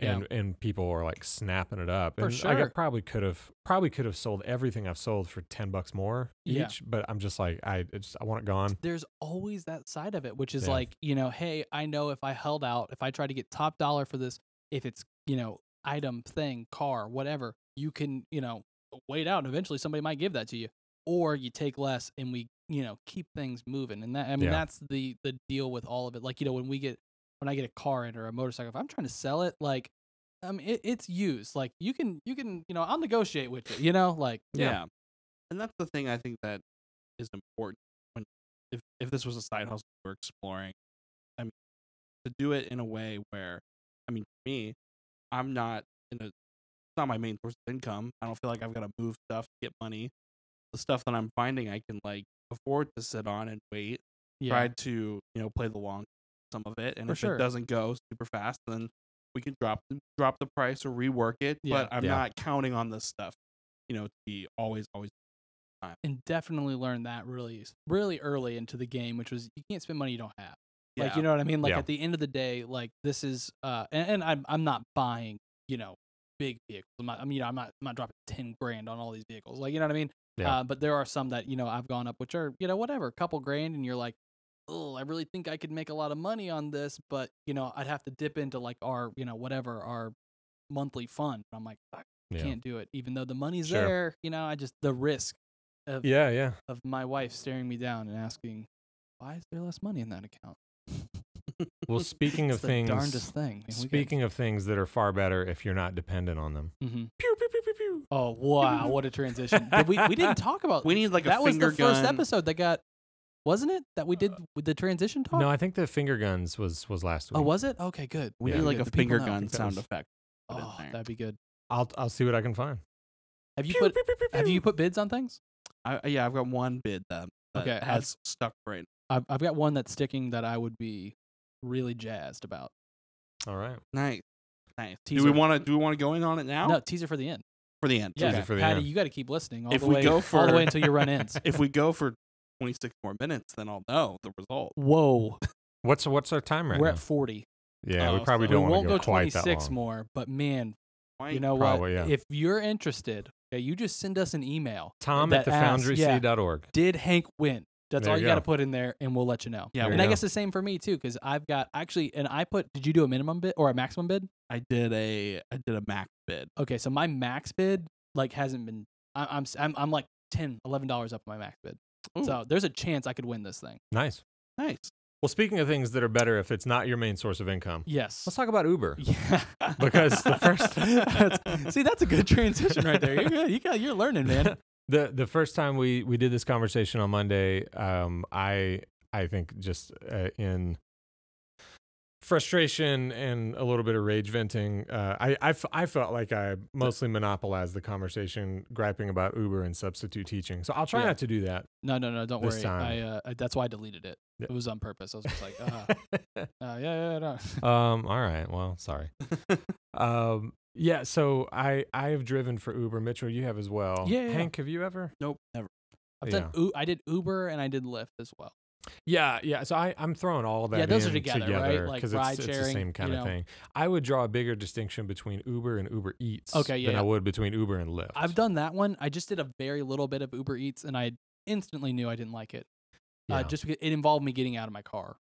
Yeah.
And and people are like snapping it up.
For
and like I
sure.
probably could have probably could have sold everything I've sold for ten bucks more
Yeah.
each, but I'm just like I I just I want it gone.
There's always that side of it, which is
Yeah.
like, you know, hey, I know if I held out, if I try to get top dollar for this, if it's, you know, item, thing, car, whatever, you can, you know, wait out and eventually somebody might give that to you. Or you take less and we, you know, keep things moving. And that I mean
Yeah.
that's the the deal with all of it. Like, you know, when we get when I get a car in or a motorcycle, if I'm trying to sell it, like I mean, it, it's used. Like you can, you can, you know, I'll negotiate with it. You know, like
Yeah.
And that's the thing I think that is important when if if this was a side hustle we're exploring, I mean to do it in a way where I mean for me, I'm not in a it's not my main source of income. I don't feel like I've gotta move stuff to get money. The stuff that I'm finding I can like afford to sit on and wait.
yeah,
Try to, you know, play the long some of it. And
For
if
sure.
it doesn't go super fast, then we can drop the drop the price or rework it.
Yeah.
But I'm
Yeah.
not counting on this stuff, you know, to be always, always
and definitely learn that really, really early into the game, which was you can't spend money you don't have. Like
Yeah.
you know what I mean? Like
Yeah.
at the end of the day, like this is, uh, and, and I'm I'm not buying, you know, big vehicles. I'm not, I mean, you know, I'm not I'm not dropping ten grand on all these vehicles. Like you know what I mean?
Yeah.
Uh, but there are some that you know I've gone up, which are you know whatever, a couple grand, and you're like, oh, I really think I could make a lot of money on this, but you know I'd have to dip into like our you know whatever our monthly fund. And I'm like, I
Yeah.
can't do it, even though the money's
Sure.
there. You know, I just the risk of
Yeah, yeah.
of my wife staring me down and asking, why is there less money in that account?
Well speaking of
It's the
things
darndest thing.
speaking of things that are far better if you're not dependent on them.
hmm
Pew pew pew pew pew.
Oh wow, what a transition! Did we we didn't talk about
We need like a
that was
finger
the first
gun.
episode that got, wasn't it? That we did with the transition talk.
Uh, No, I think the finger guns was was last week.
oh, was it? Okay, good.
We
Yeah.
need
Good,
like a
good. The people
finger
know.
gun
that
sound
was-
effect. put in
Oh,
there.
that'd be good.
I'll I'll see what I can find.
Have you
Pew,
put
pew, pew, pew,
Have
pew.
you put bids on things?
I, I- yeah, I've got one bid that, that
Okay, I've-
has stuck right.
I've I've got one that's sticking that I would be really jazzed about.
All right.
Nice, nice. Do we
Teaser.
want to do we want to go in on it now
No teaser for the end.
for the end?
Yeah,
Teaser
Okay.
for the
Patty,
end.
you got to keep listening all
If
the
we
way
go
all the
for-
way until your run ends.
If we go for twenty six more minutes, then I'll know the result.
Whoa,
What's what's our time right
we're
now?
at forty.
yeah, we
Oh,
probably
so
don't
we
want
won't
to
go,
go, quite that
26
long.
more, but man,
Why-
you know
Probably, yeah.
what? If you're interested, okay, you just send us an email.
Tom
that
at
asks- yeah.
thefoundryc.org.
Did Hank win? That's
There
all
you
you got to
go.
put in there, and we'll let you know.
Yeah,
There
and
you
I
go.
guess the same for me too, because I've got actually, and I put. Did you do a minimum bid or a maximum bid?
I did a I did a Mac bid.
Okay, so my max bid like hasn't been. I, I'm s- I'm I'm like 10 dollars up on my max bid.
Ooh.
So there's a chance I could win this thing.
Nice.
Nice.
Well, speaking of things that are better if it's not your main source of income,
Yes.
let's talk about Uber.
Yeah.
Because the first-
That's- see, that's a good transition right there. You're good. You got you're learning, man.
the The first time we we did this conversation on Monday, um, I I think just uh, in frustration and a little bit of rage venting. Uh, I, I, f- I felt like I mostly monopolized the conversation, griping about Uber and substitute teaching. So I'll try
Yeah.
not to do that.
No, no, no. Don't
This
worry.
time.
I, uh, I that's why I deleted it.
Yeah.
It was on purpose. I was just like, uh, uh, yeah, yeah, no.
um. All right. Well, sorry. um. Yeah. So I I have driven for Uber. Mitchell, you have as well.
Yeah, yeah, yeah.
Hank, have you ever?
Nope, never.
I've done. U- I did Uber and I did Lyft as well.
Yeah, yeah. So I, I'm throwing all that
Yeah, those are
in
together, right? Like
'cause
ride
it's, it's the
sharing,
same kind
you
of
know.
thing. I would draw a bigger distinction between Uber and Uber Eats
Okay, yeah,
than I
yeah.
would between Uber and Lyft.
I've done that one. I just did a very little bit of Uber Eats and I instantly knew I didn't like it.
Yeah.
Uh, just because it involved me getting out of my car,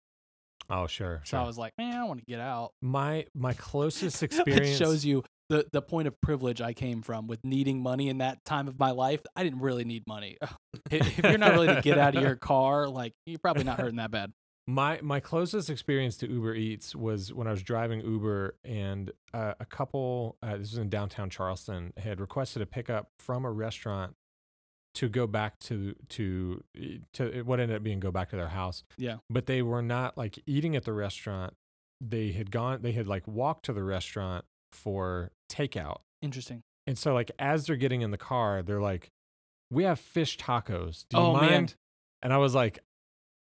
oh, sure,
so
sure.
I was like, man, I want to get out.
my my closest
it
experience
shows you the the point of privilege I came from with needing money in that time of my life. I didn't really need money. if if you're not really to get out of your car, like you're probably not hurting that bad.
My my closest experience to Uber Eats was when I was driving Uber, and uh, a couple, uh, this was in downtown Charleston, had requested a pickup from a restaurant to go back to to e, to eh, what ended up being go back to their house.
Yeah.
but they were not like eating at the restaurant. They had gone. They had like walked to the restaurant for takeout,
Interesting.
and so like as they're getting in the car, they're like, "We have fish tacos. Do you
Oh,
mind?"
man.
And I was like,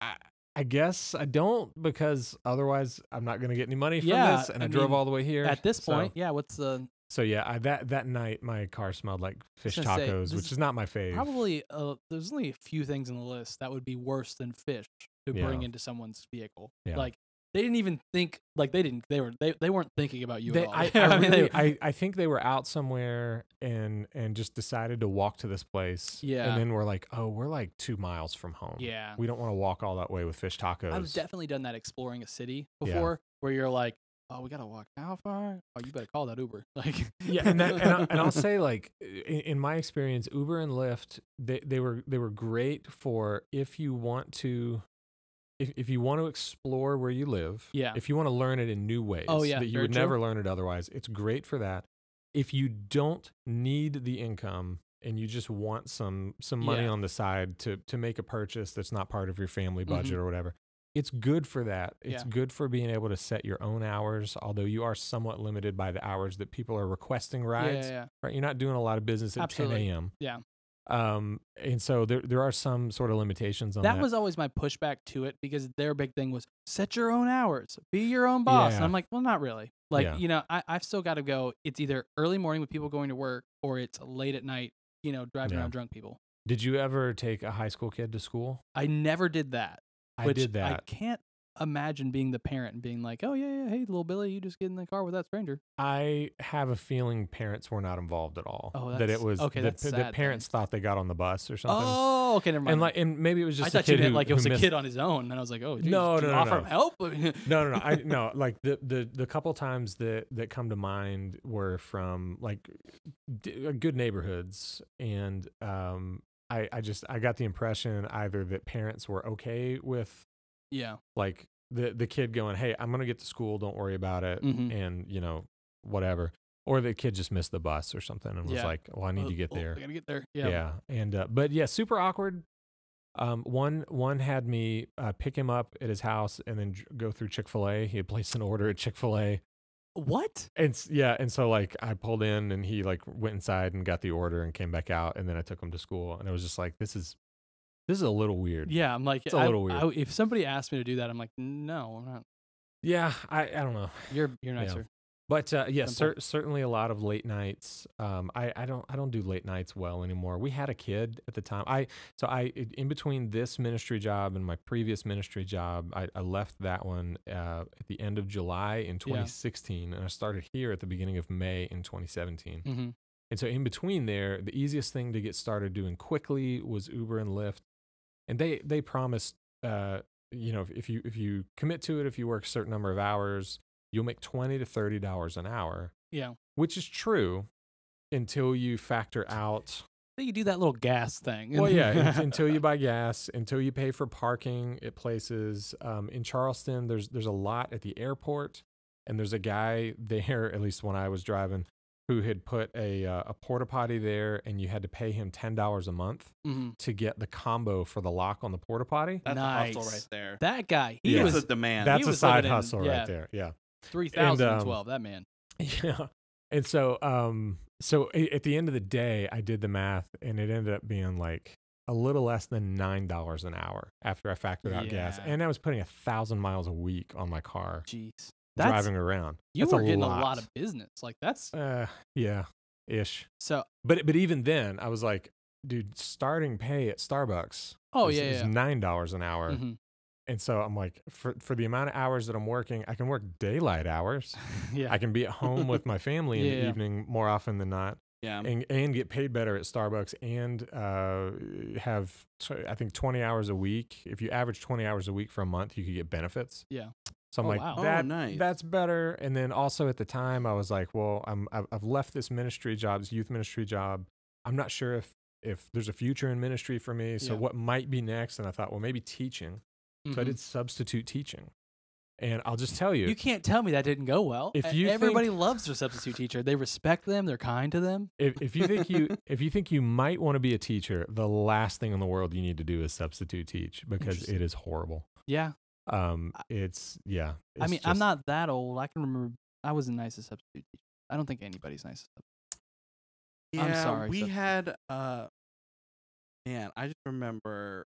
I, "I guess I don't because otherwise I'm not gonna get any money from
Yeah,
this." And I,
I
drove
mean,
all the way here
At this
So-
point, yeah. What's the
So, yeah, I, that that night my car smelled like fish
gonna say,
tacos,
this
which
is
is not my fave.
Probably uh, there's only a few things in the list that would be worse than fish to bring
Yeah.
into someone's vehicle.
Yeah.
Like they didn't even think like they didn't they were they, they weren't thinking about you
They,
at all.
I, I,
mean,
really-
they-
I, I think they were out somewhere and and just decided to walk to this place.
Yeah.
And then we're like, oh, we're like two miles from home.
yeah.
We don't want to walk all that way with fish tacos.
I've definitely done that exploring a city
Yeah.
before where you're like, Oh, we gotta walk how far? Oh, you better call that Uber. Like
yeah and, that, and, I, and i'll say like i- in, in my experience uber and lyft they, they were they were great for if you want to if, if you want to explore where you live
Yeah. Oh,
if you want to learn it in new ways
yeah,
that you
very
would
true.
never learn it otherwise it's great for that if you don't need the income and you just want some some money
Yeah.
on the side to to make a purchase that's not part of your family
Mm-hmm.
budget or whatever it's good for that. It's
Yeah.
good for being able to set your own hours, although you are somewhat limited by the hours that people are requesting
yeah,
rides.
yeah, yeah.
Right, you're not doing a lot of business at 10
Absolutely.
a.m.
Yeah.
Um, and so there there are some sort of limitations on that.
That was always my pushback to it because their big thing was set your own hours, be your own boss. And
Yeah.
I'm like, well, not really. Like,
Yeah.
you know, I, I've still got to go. It's either early morning with people going to work or it's late at night, you know, driving
Yeah.
around drunk people.
Did you ever take a high school kid to school?
I never did that.
I
which
did
I
that.
can't imagine being the parent and being like, oh, yeah, yeah, hey, little Billy, you just get in the car with that stranger.
I have a feeling parents were not involved at all.
Oh,
that it
that's-
was
okay,
that,
that's
that
sad then.
parents thought they got on the bus or something.
Oh, okay, never mind.
and like and maybe it was just
I
a
thought you
kid
meant
who-
like it
who
was a
missed-
kid on his own. And I was like, oh, geez,
No,
did you
no, no,
offer
no.
him help?
no, no, no. I no like the the the couple times that that come to mind were from like d- uh, good neighborhoods, and um, I I just I got the impression either that parents were okay with
yeah.
like the the kid going, hey, I'm gonna get to school, don't worry about it,
Mhm.
and you know whatever, or the kid just missed the bus or something and was
Yeah.
like, well, I need
Oh,
to get
oh,
there.
I gotta get there.
Yeah. And uh, but yeah, super awkward. Um, one one had me uh, pick him up at his house and then dr- go through Chick Fil A. He had placed an order at Chick Fil A,
What?
and s- yeah, and so like I pulled in and he like went inside and got the order and came back out, and then I took him to school, and I was just like, this is this is a little weird.
Yeah, I'm like,
It's a
I-
little weird.
I- if somebody asked me to do that, I'm like, no, I'm not.
Yeah, I I don't know,
You're you're
Yeah.
nicer.
but uh, yeah,
Simple.
cer- certainly a lot of late nights. Um, I I don't I don't do late nights well anymore. We had a kid at the time. I So I, i- in between this ministry job and my previous ministry job, I, I left that one uh, at the end of July in 2016, and I started here at the beginning of May in 2017.
Mm-hmm.
And so in between there, the easiest thing to get started doing quickly was Uber and Lyft, and they they promised, uh, you know, if, if you if you commit to it, if you work a certain number of hours, you'll make 20 to 30 dollars an hour,
Yeah, I
which is true, until you factor out
think you do that little gas thing.
well, yeah, un- until you buy gas, until you pay for parking at places. Um, in Charleston, there's there's a lot at the airport, and there's a guy there, at least when I was driving, who had put a uh, a porta potty there, and you had to pay him ten dollars a month
Mhm.
to get the combo for the lock on the porta potty.
That's a hustle
Nice.
right there.
That guy, he
He
Yeah. um,
was a
was
demand.
That's a
was
side
living in-
hustle
yeah.
right there. Yeah.
three thousand and twelve. That man.
Yeah. And so, um, so a- at the end of the day, I did the math, and it ended up being like a little less than nine dollars an hour after I factored out gas,
Yeah.
and I was putting a thousand miles a week on my car
Jeez, that's
driving around.
you
That's
were getting a lot of business. Like that's
uh, yeah, ish.
so.
But but even then, I was like, dude, starting pay at Starbucks.
Oh
is,
yeah,
is
yeah.
nine dollars an hour,
Mhm.
and so I'm like, for for the amount of hours that I'm working, I can work daylight hours.
Mm-hmm. yeah.
I can be at home with my family in the
Yeah.
evening more often than not,
yeah.
and and get paid better at Starbucks, and uh, have t- I think 20 hours a week. If you average 20 hours a week for a month, you could get benefits.
Yeah.
So I'm
Oh,
like,
wow.
Oh,
that
nice.
that's better. And then also at the time, I was like, well, I'm I've, I've left this ministry job, this youth ministry job. I'm not sure if if there's a future in ministry for me. So
Yeah.
what might be next? And I thought, well, maybe teaching. So I
Mhm.
did substitute teaching, and I'll just tell you,
You can't tell me that didn't go well.
If
E-
you
everybody
think-
loves their substitute teacher. They respect them. They're kind to them.
if, if you think you if you think you might want to be a teacher, the last thing in the world you need to do is substitute teach because it
Interesting.
is horrible.
Yeah.
Um,
I-
it's yeah.
I
it's
mean, I'm
just-
not that old. I can remember I wasn't nice as substitute teacher. I don't think anybody's nice. as
yeah,
I'm sorry,
We
Seth.
had uh man, I just remember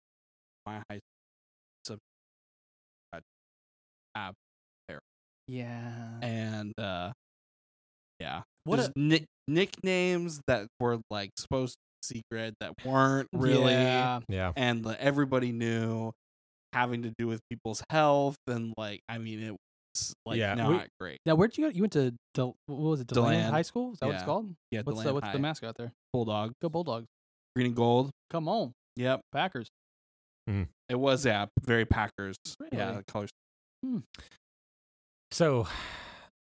my high school sub- ab-
sub- Yeah.
and uh yeah.
What
just
a,
nick- nicknames that were like supposed to be secret that weren't really
Yeah.
Yeah.
and like, everybody knew having to do with people's health and like I mean it was like
Yeah, we-
not great.
Now, where'd you go? You went to Del, what was it? Deland,
Deland.
High School? Is that what it's
Yeah.
called?
Yeah,
what's the
Deland
what's
High,
the mascot there?
Bulldog
Go Bulldogs!
green and gold?
Come on,
Yep.
Packers!
It was yeah, very Packers. Yeah,
Really?
colors.
So,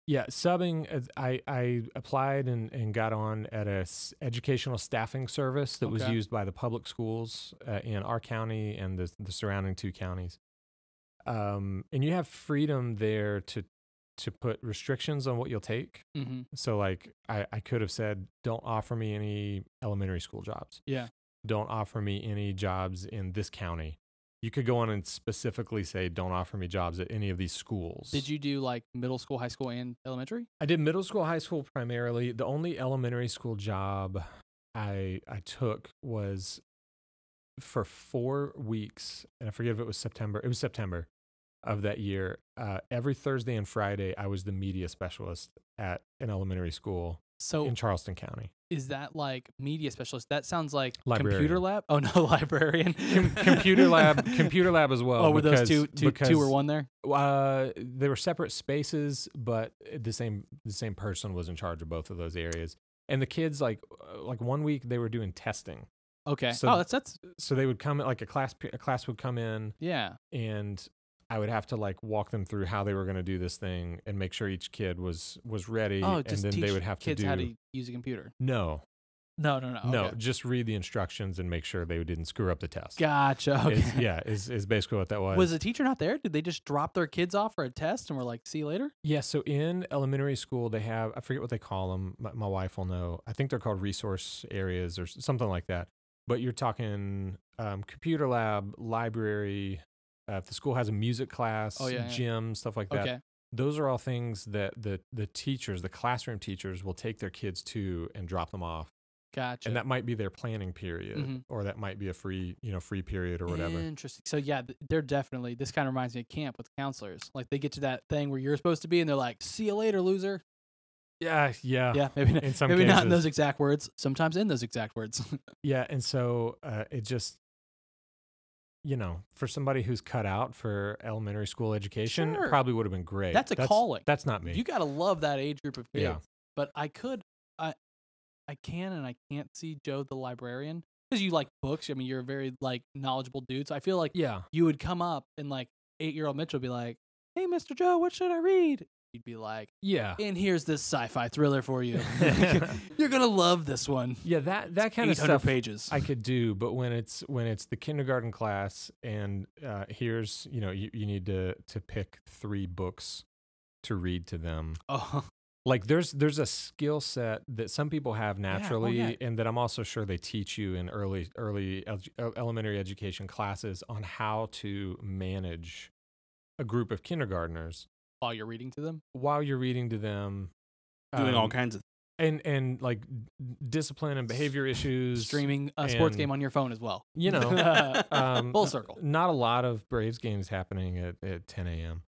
yeah, subbing. uh, I I applied and, and got on at a s- educational staffing service that was
Okay.
used by the public schools uh, in our county and the the surrounding two counties. Um, and you have freedom there to to put restrictions on what you'll take.
Mm-hmm.
So like I, I could have said, don't offer me any elementary school jobs.
Yeah.
Don't offer me any jobs in this county. You could go on and specifically say, don't offer me jobs at any of these schools.
Did you do like middle school, high school, and elementary?
I did middle school, high school primarily. The only elementary school job I I took was for four weeks, and I forget if it was September. It was September of that year. Uh, every Thursday and Friday, I was the media specialist at an elementary school
So
in Charleston County.
is that like media specialist? That sounds like computer
Librarian.
lab. Oh no, librarian.
computer lab, computer lab as well.
oh, were
because-
those two, two, two or
because,
one there?
Uh, they were separate spaces, but the same the same person was in charge of both of those areas. And the kids, like uh, like one week, they were doing testing.
Okay.
So-
oh, that's that's
So they would come, like a class pe- a class would come in,
yeah.
and I would have to like walk them through how they were going to do this thing and make sure each kid was was ready.
Oh,
and
just
then
teach
they would have
kids
to do
how to use a computer.
no,
No, no, no.
no,
okay.
just read the instructions and make sure they didn't screw up the test.
Gotcha. Okay.
Is- yeah, is is basically what that
Was the teacher not there? Did they just drop their kids off for a test and we're like, see you later?
Yeah, so in elementary school, they have, I forget what they call them. My, my wife will know. I think they're called resource areas or s- something like that. But you're talking um, computer lab, library, uh, if the school has a music class,
Oh, yeah, yeah.
gym, stuff like that.
Okay.
Those are all things that the, the teachers, the classroom teachers, will take their kids to and drop them off.
Gotcha.
And that might be their planning period,
Mhm.
or that might be a free, you know, free period or whatever.
Interesting. So yeah, th- they're definitely this kind of reminds me of camp with counselors. Like they get to that thing where you're supposed to be and they're like, see you later, loser.
yeah, yeah,
yeah, maybe not,
in some
maybe not in
cases.
those exact words. Sometimes in those exact words.
Yeah, and so uh, it just, you know, for somebody who's cut out for elementary school education, it
Sure.
probably would have been great.
That's a calling.
That's not me.
you gotta love that age group of kids.
Yeah.
But I could I I can and I can't see Joe the librarian. Because you like books. I mean you're a very like knowledgeable dude. So I feel like
yeah,
you would come up and like eight year old Mitchell would be like, Hey, Mr. Joe, what should I read? You'd be like,
yeah,
And here's this sci fi thriller for you. You're going to love this one.
yeah. That that kind of
800
stuff
pages.
I could do, but when it's when it's the kindergarten class, and uh, here's you know you, you need to to pick three books to read to them,
oh,
like there's there's a skill set that some people have
oh,
naturally
yeah.
and that i'm also sure they teach you in early early el- el- elementary education classes on how to manage a group of kindergartners
while you're reading to them.
while you're reading to them
doing all
um,
kinds of
and and like d- discipline and behavior issues
Streaming a sports
and-
game on your phone as well.
you know um,
Full circle.
not a lot of braves games happening at, at 10 a.m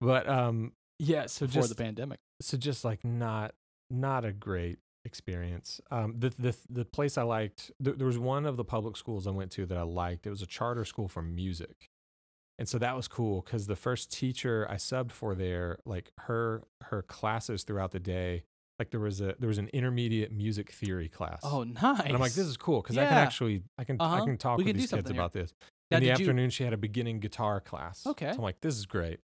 but um yeah so
Before
just
the pandemic.
so just like not not a great experience um the the, the place i liked th- there was one of the public schools i went to that i liked it was a charter school for music and so that was cool because the first teacher i subbed for there like her her classes throughout the day like there was a there was an intermediate music theory class
Oh, nice.
and i'm like this is cool because i can
Yeah.
actually i can i
Uh-huh.
can talk
We
with
could do
these kids
something here.
about this
Now,
in the
did you-
afternoon she had a beginning guitar class
Okay.
so i'm like this is great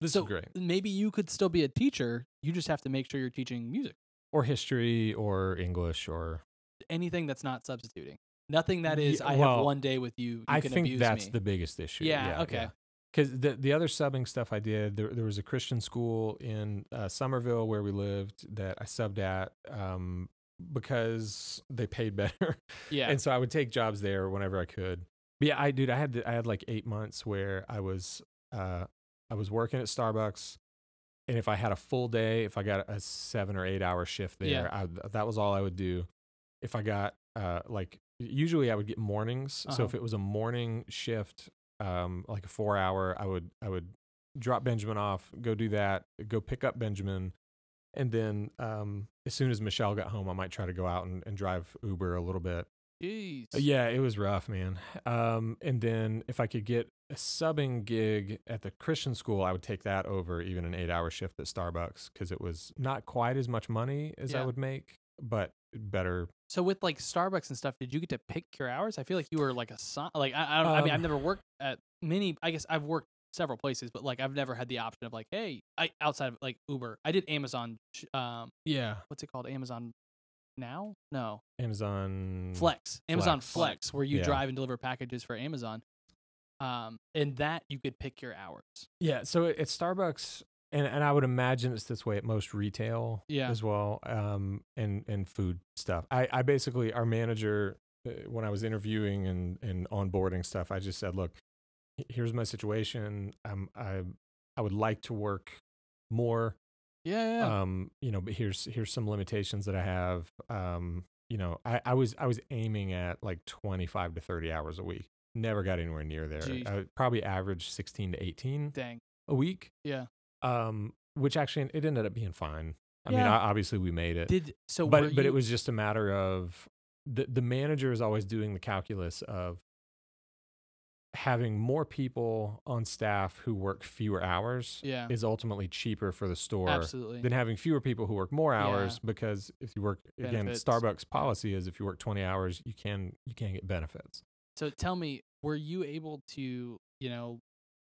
this
So-
is great
maybe you could still be a teacher. You just have to make sure you're teaching music.
or history or english or
Anything that's not substituting. Nothing that is.
Ye-
I have
well,
one day with you. you
I
can
think
abuse
that's
me."
the biggest issue.
Yeah, okay.
Because the the other subbing stuff I did, there, there was a Christian school in uh, Somerville where we lived that I subbed at um, because they paid better,
yeah.
and so I would take jobs there whenever I could. But yeah, I dude, I had the, I had like eight months where I was uh, I was working at Starbucks, and if I had a full day, if I got a seven or eight hour shift there,
Yeah.
I, that was all I would do. If I got uh, like usually I would get mornings,
Uh-huh.
so if it was a morning shift, um, like a four hour, I would I would drop Benjamin off, go do that, go pick up Benjamin. And then, um, as soon as Michelle got home, I might try to go out and, and drive Uber a little bit.
Jeez.
Uh, Yeah, it was rough, man. Um, and then if I could get a subbing gig at the Christian school, I would take that over even an eight-hour shift at Starbucks because it was not quite as much money as
Yeah.
I would make, but better.
So with like Starbucks and stuff, did you get to pick your hours? I feel like you were like a son. Like I, I, don't, I mean, I've
Um,
never worked at many. I guess I've worked several places, but like I've never had the option of like, hey, I outside of like Uber, I did Amazon. sh- Um,
Yeah,
what's it called? Amazon now? No,
Amazon
Flex. Amazon Flex,
Mm. Flex.
where you
Yeah.
drive and deliver packages for Amazon. Um, and that you could pick your hours.
Yeah, so at at Starbucks, and, and I would imagine it's this way at most retail
Yeah.
as well, um, and and food stuff. I, I basically our manager uh, when I was interviewing and and onboarding stuff, I just said, look, he- here's my situation. Um, I I would like to work more.
Yeah.
Um, you know, but here's here's some limitations that I have. Um, you know, I, I was I was aiming at like 25 to 30 hours a week. Never got anywhere near there.
Jeez.
I would probably averaged 16 to 18
Dang.
a week.
Yeah.
Um, which actually it ended up being fine. I mean,
Yeah.
o- obviously we made it,
Did so? were
but but
you-
it was just a matter of the the manager is always doing the calculus of having more people on staff who work fewer hours
Yeah.
is ultimately cheaper for the store
Absolutely.
than having fewer people who work more
Yeah.
hours because if you work again
Benefits.
Starbucks policy is if you work 20 hours you can you can get benefits.
So tell me, were you able to, you know,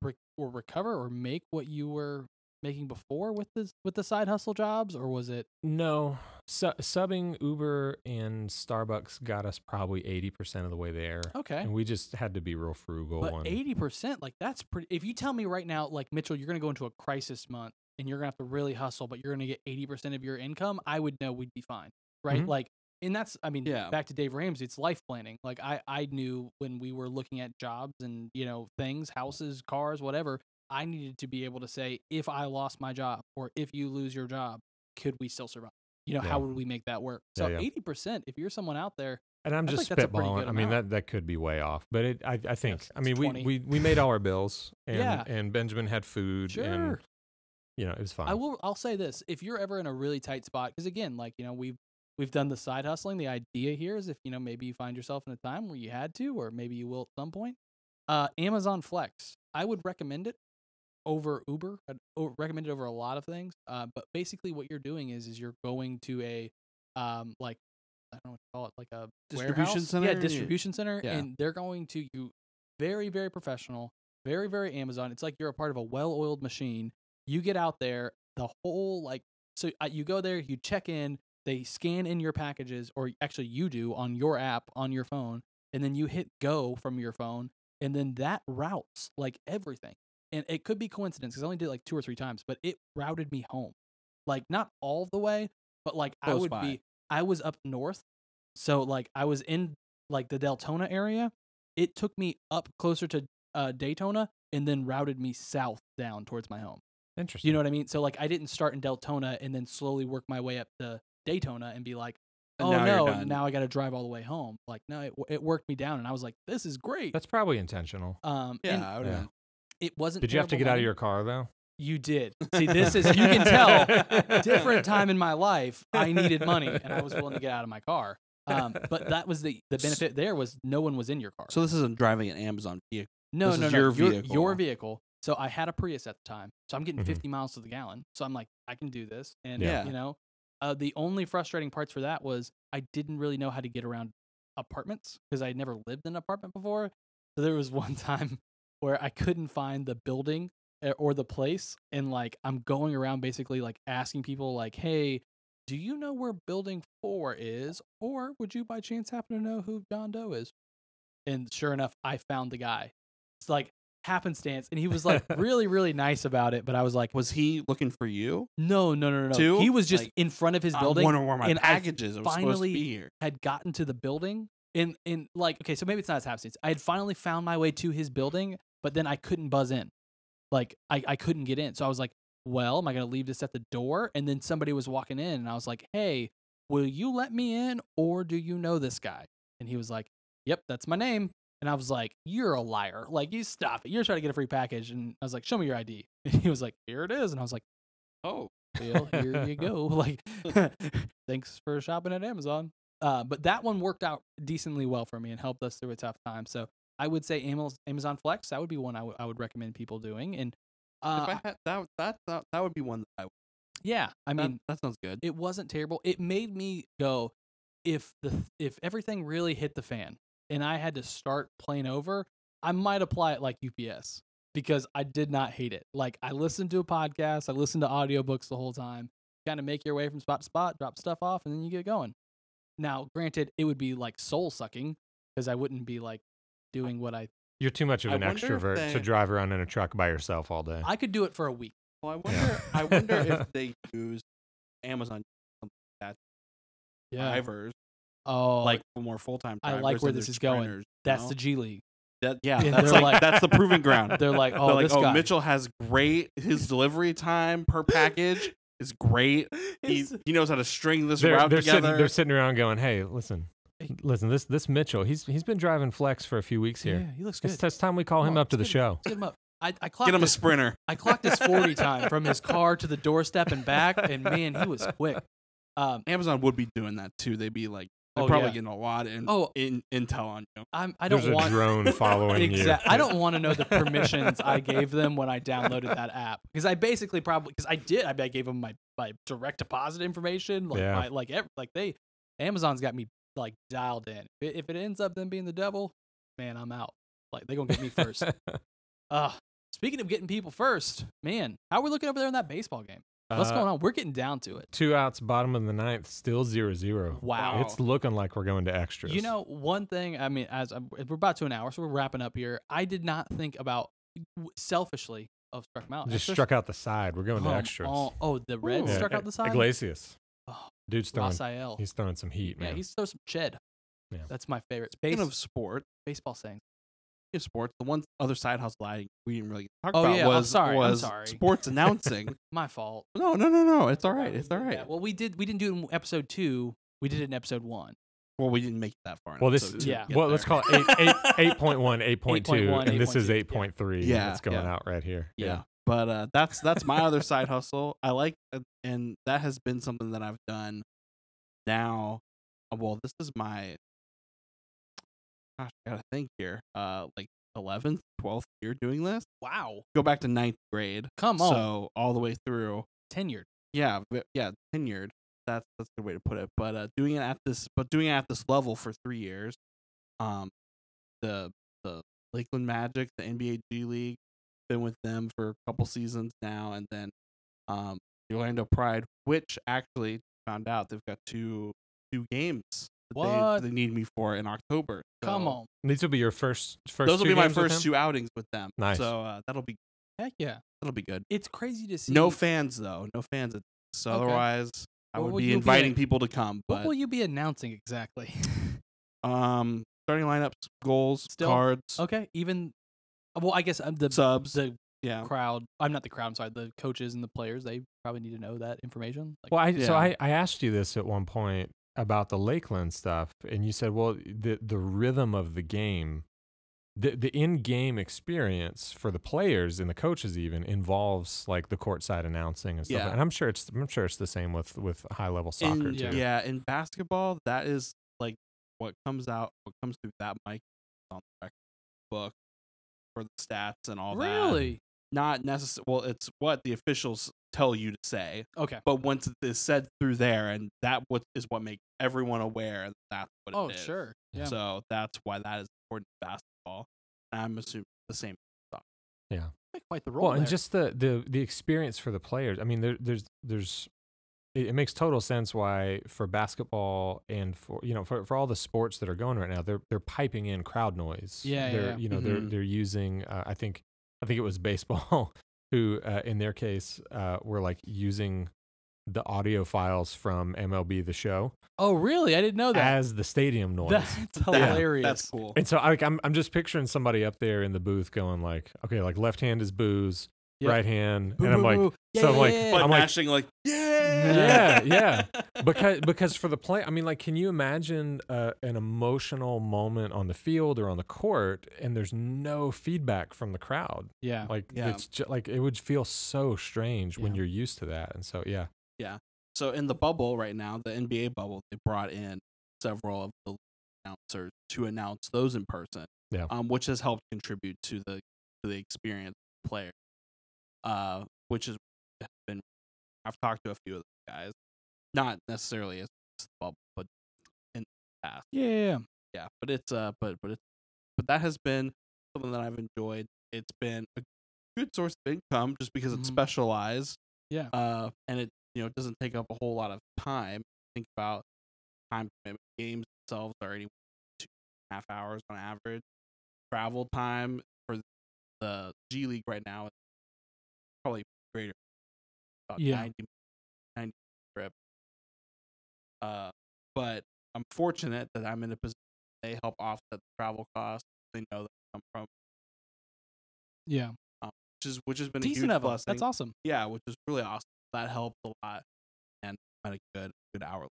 rec- or recover or make what you were making before with this with the side hustle jobs, or was it?
No, su- subbing Uber and Starbucks got us probably 80% of the way there.
Okay,
And we just had to be real frugal.
but
and-
eighty percent, like that's pretty. If you tell me right now, like Mitchell, you're gonna go into a crisis month and you're gonna have to really hustle, but you're gonna get eighty percent of your income, I would know we'd be fine, right?
Mhm.
Like, and that's, I mean,
Yeah.
back to Dave Ramsey, it's life planning. Like I, I knew when we were looking at jobs and you know things, houses, cars, whatever. I needed to be able to say, if I lost my job or if you lose your job, could we still survive? You know, how
Yeah.
would we make that work?
Yeah,
So
yeah.
eighty percent, if you're someone out there,
And I'm
I think
just
that's a pretty
spitballing.
good
I mean,
amount.
that, that could be way off, but it, I, I think,
it's-
I
it's
mean, we,
20.
we, we made all our bills and,
Yeah.
and Benjamin had food and,
sure.
you know, it was fine.
I will. I'll say this: if you're ever in a really tight spot, because again, like you know, we've we've done the side hustling. The idea here is if you know maybe you find yourself in a time where you had to, or maybe you will at some point. Uh, Amazon Flex, I would recommend it over Uber. I'd o- recommend it over a lot of things. Uh, but basically, what you're doing is is you're going to a um like I don't know what to call it, like a
Distribution
warehouse?
center?
Yeah,
Yeah.
distribution center,
Yeah.
and they're going to you very very professional, very very Amazon. It's like you're a part of a well-oiled machine. You get out there, the whole like so uh, you go there, you check in, they scan in your packages, or actually you do on your app on your phone, and then you hit go from your phone, and then that routes like everything. And it could be coincidence because I only did it like two or three times, but it routed me home. like not all the way, but like I
Close
would
by.
be I was up north. So like I was in like the Deltona area. It took me up closer to uh, Daytona and then routed me south down towards my home.
Interesting.
You know what I mean? So like I didn't start in Deltona and then slowly work my way up to Daytona and be like,
And
oh
now you're
no,
done.
now I got to drive all the way home. Like no, it, it worked me down and I was like, this is great.
That's probably intentional.
um,
Yeah,
and
I would
Yeah.
imagine.
it wasn't.
Did you have to
terrible
get out of
money.
your car though?
You did. See, this is you can tell different time in my life i needed money and i was willing to get out of my car um, but that was the, the benefit there was no one was in your car
So this isn't driving an Amazon vehicle.
no
this
no
is
no
your
your,
vehicle. Mm-hmm.
vehicle so i had a prius at the time so i'm getting
Mhm.
50 miles to the gallon so i'm like i can do this and
Yeah.
you know uh, the only frustrating parts for that was i didn't really know how to get around apartments because i had never lived in an apartment before so there was one time where i couldn't find the building uh, or the place and like i'm going around basically like asking people like hey do you know where building four is or would you by chance happen to know who john doe is and sure enough i found the guy it's like happenstance and he was like really really nice about it but i was like
Was he looking for you?
no no no no
Two?
he was just
Like,
in front of his
I
building
wonder where my
and I
packages. I was supposed to
finally-
be here.
had gotten to the building in in like okay so maybe it's not as happenstance i had finally found my way to his building but then i couldn't buzz in like i, I couldn't get in so i was like well am i going to leave this at the door and then somebody was walking in and i was like hey will you let me in or do you know this guy and he was like yep that's my name and i was like you're a liar like you stop it you're trying to get a free package and i was like show me your id and he was like here it is and i was like
Oh,
well, here you go. Like, thanks for shopping at Amazon. Uh, but that one worked out decently well for me and helped us through a tough time. So I would say Amaz- Amazon Flex. That would be one I would I would recommend people doing. And uh,
if I had, that, that that that would be one that I would.
yeah, I
that-
mean,
that sounds good.
it wasn't terrible. It made me go, if the th- if everything really hit the fan and I had to start playing over, I might apply it like UPS because I did not hate it. Like I listened to a podcast, I listened to audiobooks the whole time. Kind of make your way from spot to spot, drop stuff off, and then you get going. Now, granted, it would be like soul sucking because I wouldn't be like doing what I
You're too much of
I
an
wonder if
extrovert to
they-
drive around in a truck by yourself all day.
I could do it for a week.
Well, I
Yeah.
wonder. I wonder if they use Amazon drivers
Oh,
like
like
more full time.
I like where this is going. that's the G League.
That, yeah,
And
that's
they're
like,
like-
that's the proving ground.
They're like, oh,
They're like,
this
oh,
guy.
Mitchell has great. His delivery time per package is great. He,
His-
he knows how to string this
they're,
route
they're
together.
sitting, they're sitting around going, "Hey, listen, listen. This this Mitchell, he's he's been driving flex for a few weeks here.
Yeah, he looks good.
It's, it's time we call
Come
him
on,
up to the
let's get
show."
Let's get him up. I, I clocked
Get him a
his-
sprinter.
I clocked his 40 time from his car to the doorstep and back, and man, he was quick. Um,
Amazon would be doing that too. They'd be like, they're
Oh,
probably
yeah.
getting a lot in,
Oh.
in intel on you.
I'm, I don't
There's
want
a drone following
Exact-
you.
I don't want to know the permissions I gave them when I downloaded that app because I basically probably because I did. I, mean, I gave them my my direct deposit information, like
Yeah.
my, like ev- like they Amazon's got me like dialed in. If it, if it ends up them being the devil, man, I'm out. Like they gonna get me first. uh, speaking of getting people first, man, how we looking over there in that baseball game? What's
Uh,
going on? We're getting down to it.
Two outs, bottom of the ninth, still zero zero.
Wow.
It's looking like we're going to extras.
You know, one thing, I mean, as I'm, we're about to an hour, so we're wrapping up here. I did not think about w- selfishly of struck Mountain.
just struck out the side. We're going to extras.
uh, Oh, the red
Ooh.
struck out the side.
Iglesias.
Oh,
Dude's throwing.
Rasael.
He's throwing some heat,
yeah,
man.
he's throw some ched.
Yeah.
That's my favorite. Base,
Speaking of sport,
baseball saying.
speaking of sports, the one other side hustle I we didn't really talk
Oh,
about
yeah, I'm
was,
sorry, I'm
was
sorry.
sports announcing.
My fault.
no, no, no, no. It's all right.
We
It's all
did
right.
that. Well, we did. We didn't do it in episode two. We did it in episode one.
Well, we didn't make it that far. in
well, this
episode two to
yeah.
get
Well, let's
there.
call it eight, eight, 8.1, 8.2,
8.1,
and this is
8.2, yeah.
8.3.
Yeah,
It's going
yeah.
out right here.
yeah. But uh, that's that's my other side hustle. I like, uh, and that has been something that I've done now. uh, Well, this is my gosh, I gotta think here. Uh, like eleventh, twelfth year doing this.
Wow.
Go back to ninth grade.
Come on.
So all the way through.
Tenured.
Yeah, v- yeah, tenured. That's that's the way to put it. But uh, doing it at this, but doing it at this level for three years, um, the the Lakeland Magic, the NBA G League, been with them for a couple seasons now, and then um, the Orlando Pride, which actually found out they've got two two games that
What?
they, they need me for in October.
Come
So
on.
These will be your first first.
those will
two
be my
games with
first
him?
two outings with them.
Nice.
So uh, that'll be
Heck yeah.
that'll be good.
It's crazy to see.
No fans though. No fans at weeks.
Okay.
Otherwise, I
What
would
will
be
you be
inviting
in-
people to come.
What
But
will you be announcing exactly?
um, starting lineups, goals,
Still?
cards,
okay, even well, I guess um, the
Subs.
the
yeah,
crowd. I'm not the crowd. I'm sorry. The coaches and the players. They probably need to know that information. Like,
Well, I, so
Yeah.
I, I asked you this at one point about the Lakeland stuff, and you said, well, the, the rhythm of the game, the, the in game experience for the players and the coaches even involves like the courtside announcing and stuff.
Yeah.
And I'm sure it's I'm sure it's the same with with high level soccer
in,
too.
yeah.
yeah, in basketball, that is like what comes out, what comes through that mic on the record book for the stats and all that.
really?
Not necessary. Well, it's what the officials tell you to say,
Okay.
but once it is said through there, and that what is what makes everyone aware that that's what.
Oh,
it is.
sure. Yeah.
So that's why that is important in basketball. And I'm assuming the same.
Quite the role.
Well, and
there.
just the the the experience for the players. I mean, there, there's there's it, it makes total sense why for basketball and for you know for, for all the sports that are going right now, they're they're piping in crowd noise.
Yeah, yeah,
they're,
yeah. Mm-hmm.
you know they're
Mhm.
they're using. Uh, I think I think it was baseball who uh, in their case uh, were like using the audio files from MLB the show
oh, really? I didn't know that.
as the stadium noise.
That's
That-
hilarious.
That's cool.
and so I, like, I'm I'm just picturing somebody up there in the booth going like, okay, like left hand is booze,
Yep.
right hand,
Boo,
and I'm
boo,
like,
boo. Yeah,
so I'm
yeah,
like,
yeah,
but
I'm like-
mashing like, yeah,
Yeah, because because for the play, I mean, like, can you imagine uh, an emotional moment on the field or on the court, and there's no feedback from the crowd?
yeah.
Like,
Yeah.
it's ju- like it would feel so strange when
Yeah.
you're used to that, and so yeah,
So in the bubble right now, the NBA bubble, they brought in several of the announcers to announce those in person.
Yeah.
Um, which has helped contribute to the to the experience of the player. Uh, which is has been I've talked to a few of the guys, not necessarily as the bubble, but in the past.
yeah, yeah, yeah.
yeah but it's uh but but it's but that has been something that i've enjoyed it's been a good source of income just because
Mhm.
it's specialized
Yeah.
uh and it you know doesn't take up a whole lot of time think about time commitment games themselves are anywhere from two and a half hours on average travel time for the g league right now is probably greater about
Yeah.
90 90 trip uh but I'm fortunate that I'm in a position they help offset the travel costs. They know that I'm from,
yeah.
which is which has been a
Decent
huge
of us.
blessing.
That's awesome.
Yeah, which is really awesome. That helped a lot, and I'm at a good good hour.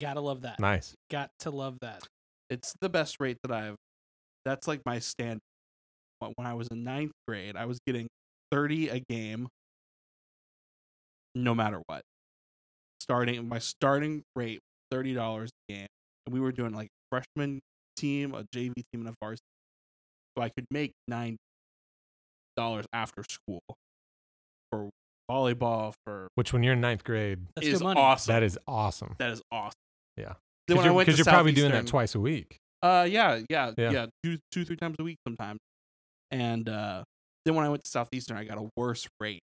Gotta love that.
nice.
Got to love that.
It's the best rate that I've. That's like my standard. When when I was in ninth grade, I was getting thirty a game, no matter what. Starting my starting rate thirty dollars a game, and we were doing like freshman team, a JV team, and a varsity. So I could make nine dollars after school for volleyball. For
Which when you're in ninth grade,
That's
is
good money.
awesome.
that is awesome.
that is awesome.
Yeah.
Then when I
you're,
went to
you're probably doing
Southeastern-
that twice a week.
uh, yeah, yeah,
Yeah.
yeah, two, two, three times a week sometimes. And uh, then when I went to Southeastern, I got a worse rate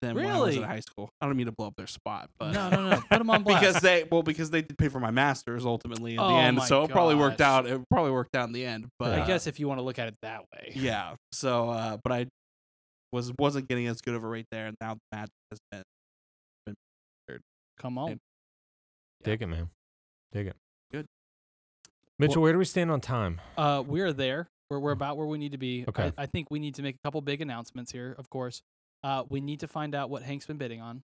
than when I was in
Really?
high school. I don't mean to blow up their spot, but
no, no, no. Put them on blast.
because they well because they did pay for my masters ultimately in
Oh
the end,
my
so it probably worked
gosh.
out. It probably worked out in the end, but
I
uh,
guess if you want to look at it that way.
yeah. So, uh, but I was wasn't getting as good of a rate there, and now the match has been
Come on.
Yeah.
Dig it, man. Dig it.
Good.
Mitchell,
Well-
where do we stand on time?
Uh, we're there. We're,
Mm-hmm.
we're about where we need to be.
Okay.
I, I think we need to make a couple big announcements here, of course. Uh, we need to find out what Hank's been bidding on.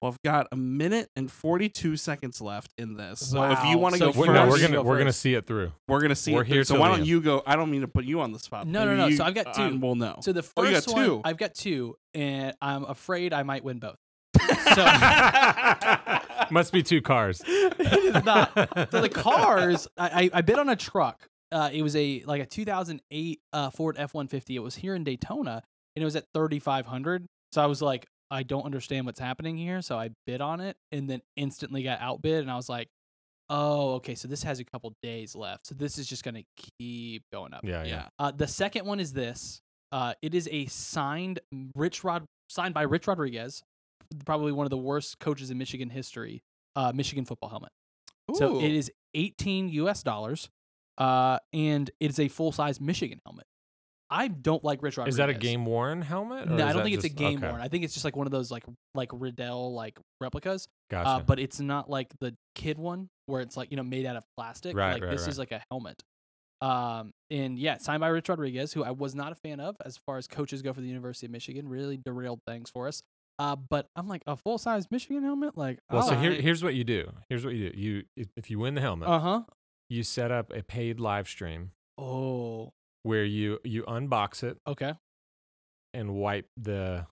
Well, I've got a minute and 42 seconds left in this. So if you
Wow.
want to
So
go
We're,
first,
no,
you
we're gonna
go
we're gonna
first.
see it through.
We're gonna see.
We're
it through,
here
So
till
why
the
don't
end.
you go? I don't mean to put you on the spot.
No, no,
Maybe
no.
You,
So I've got
uh,
two.
We'll know.
So the first
Oh, you got
one,
two.
I've got two, and I'm afraid I might win both. So
Must be two cars.
it is not. So the cars, I, I, I bid on a truck. Uh, it was a like a 2008 uh, Ford F150. It was here in Daytona, and it was at 3,500. So I was like, I don't understand what's happening here. So I bid on it, and then instantly got outbid. And I was like, Oh, okay. So this has a couple days left. So this is just gonna keep going up.
Yeah, yeah.
yeah.
Uh, the second one is this. Uh, it is a signed Rich Rod signed by Rich Rodriguez, probably one of the worst coaches in Michigan history. Uh, Michigan football helmet. So it
Ooh.
is 18 US dollars, uh, and it is a full size Michigan helmet. I don't like Rich Rodriguez.
Is that a game worn helmet? or
No, I
is
don't
that
think it's a
just-
game
okay,
worn. I think it's just like one of those like like Riddell like replicas.
Gotcha.
Uh, but it's not like the kid one where it's like you know made out of plastic.
Right,
like
right,
this
right.
is like a helmet. Um, and yeah, signed by Rich Rodriguez, who I was not a fan of as far as coaches go for the University of Michigan. Really derailed things for us. Uh, but I'm like a full size Michigan helmet. Like,
well, so here,
alright.
here's what you do. Here's what you do. You if- if you win the helmet,
uh huh.
you set up a paid live stream
Oh,
where you you unbox it
okay.
and wipe the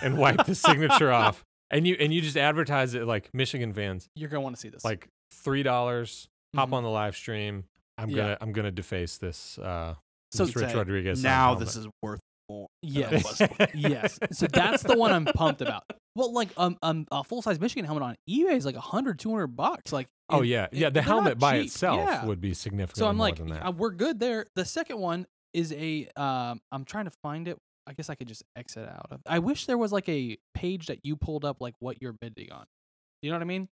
and wipe the signature off, and you and you just advertise it like Michigan fans,
You're gonna want to see this.
like three dollars. Hop
Mhm.
on the live stream. I'm
Yeah.
gonna I'm gonna deface this. Uh,
So
this Rich
say,
Rodriguez.
now this is worth more. than it
Yes.
was.
yes. So that's the one I'm pumped about. Well, like um, um a full size Michigan helmet on eBay is like 100, 200 bucks. Like,
Oh
it-
yeah,
it-
yeah. The
they're not
helmet by
cheap.
itself
Yeah.
would be significantly
So I'm
more
like,
than that.
uh, we're good there. The second one is a um, I'm trying to find it. I guess I could just exit out of. I wish there was like a page that you pulled up like what you're bidding on. You know what I mean?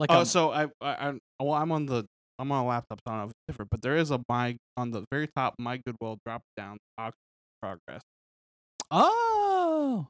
Like,
Oh,
um,
so I, I, I'm- well, I'm on the, I'm on a laptop, so I don't know if it's different, but there is a my on the very top, my Goodwill drop down box progress.
oh,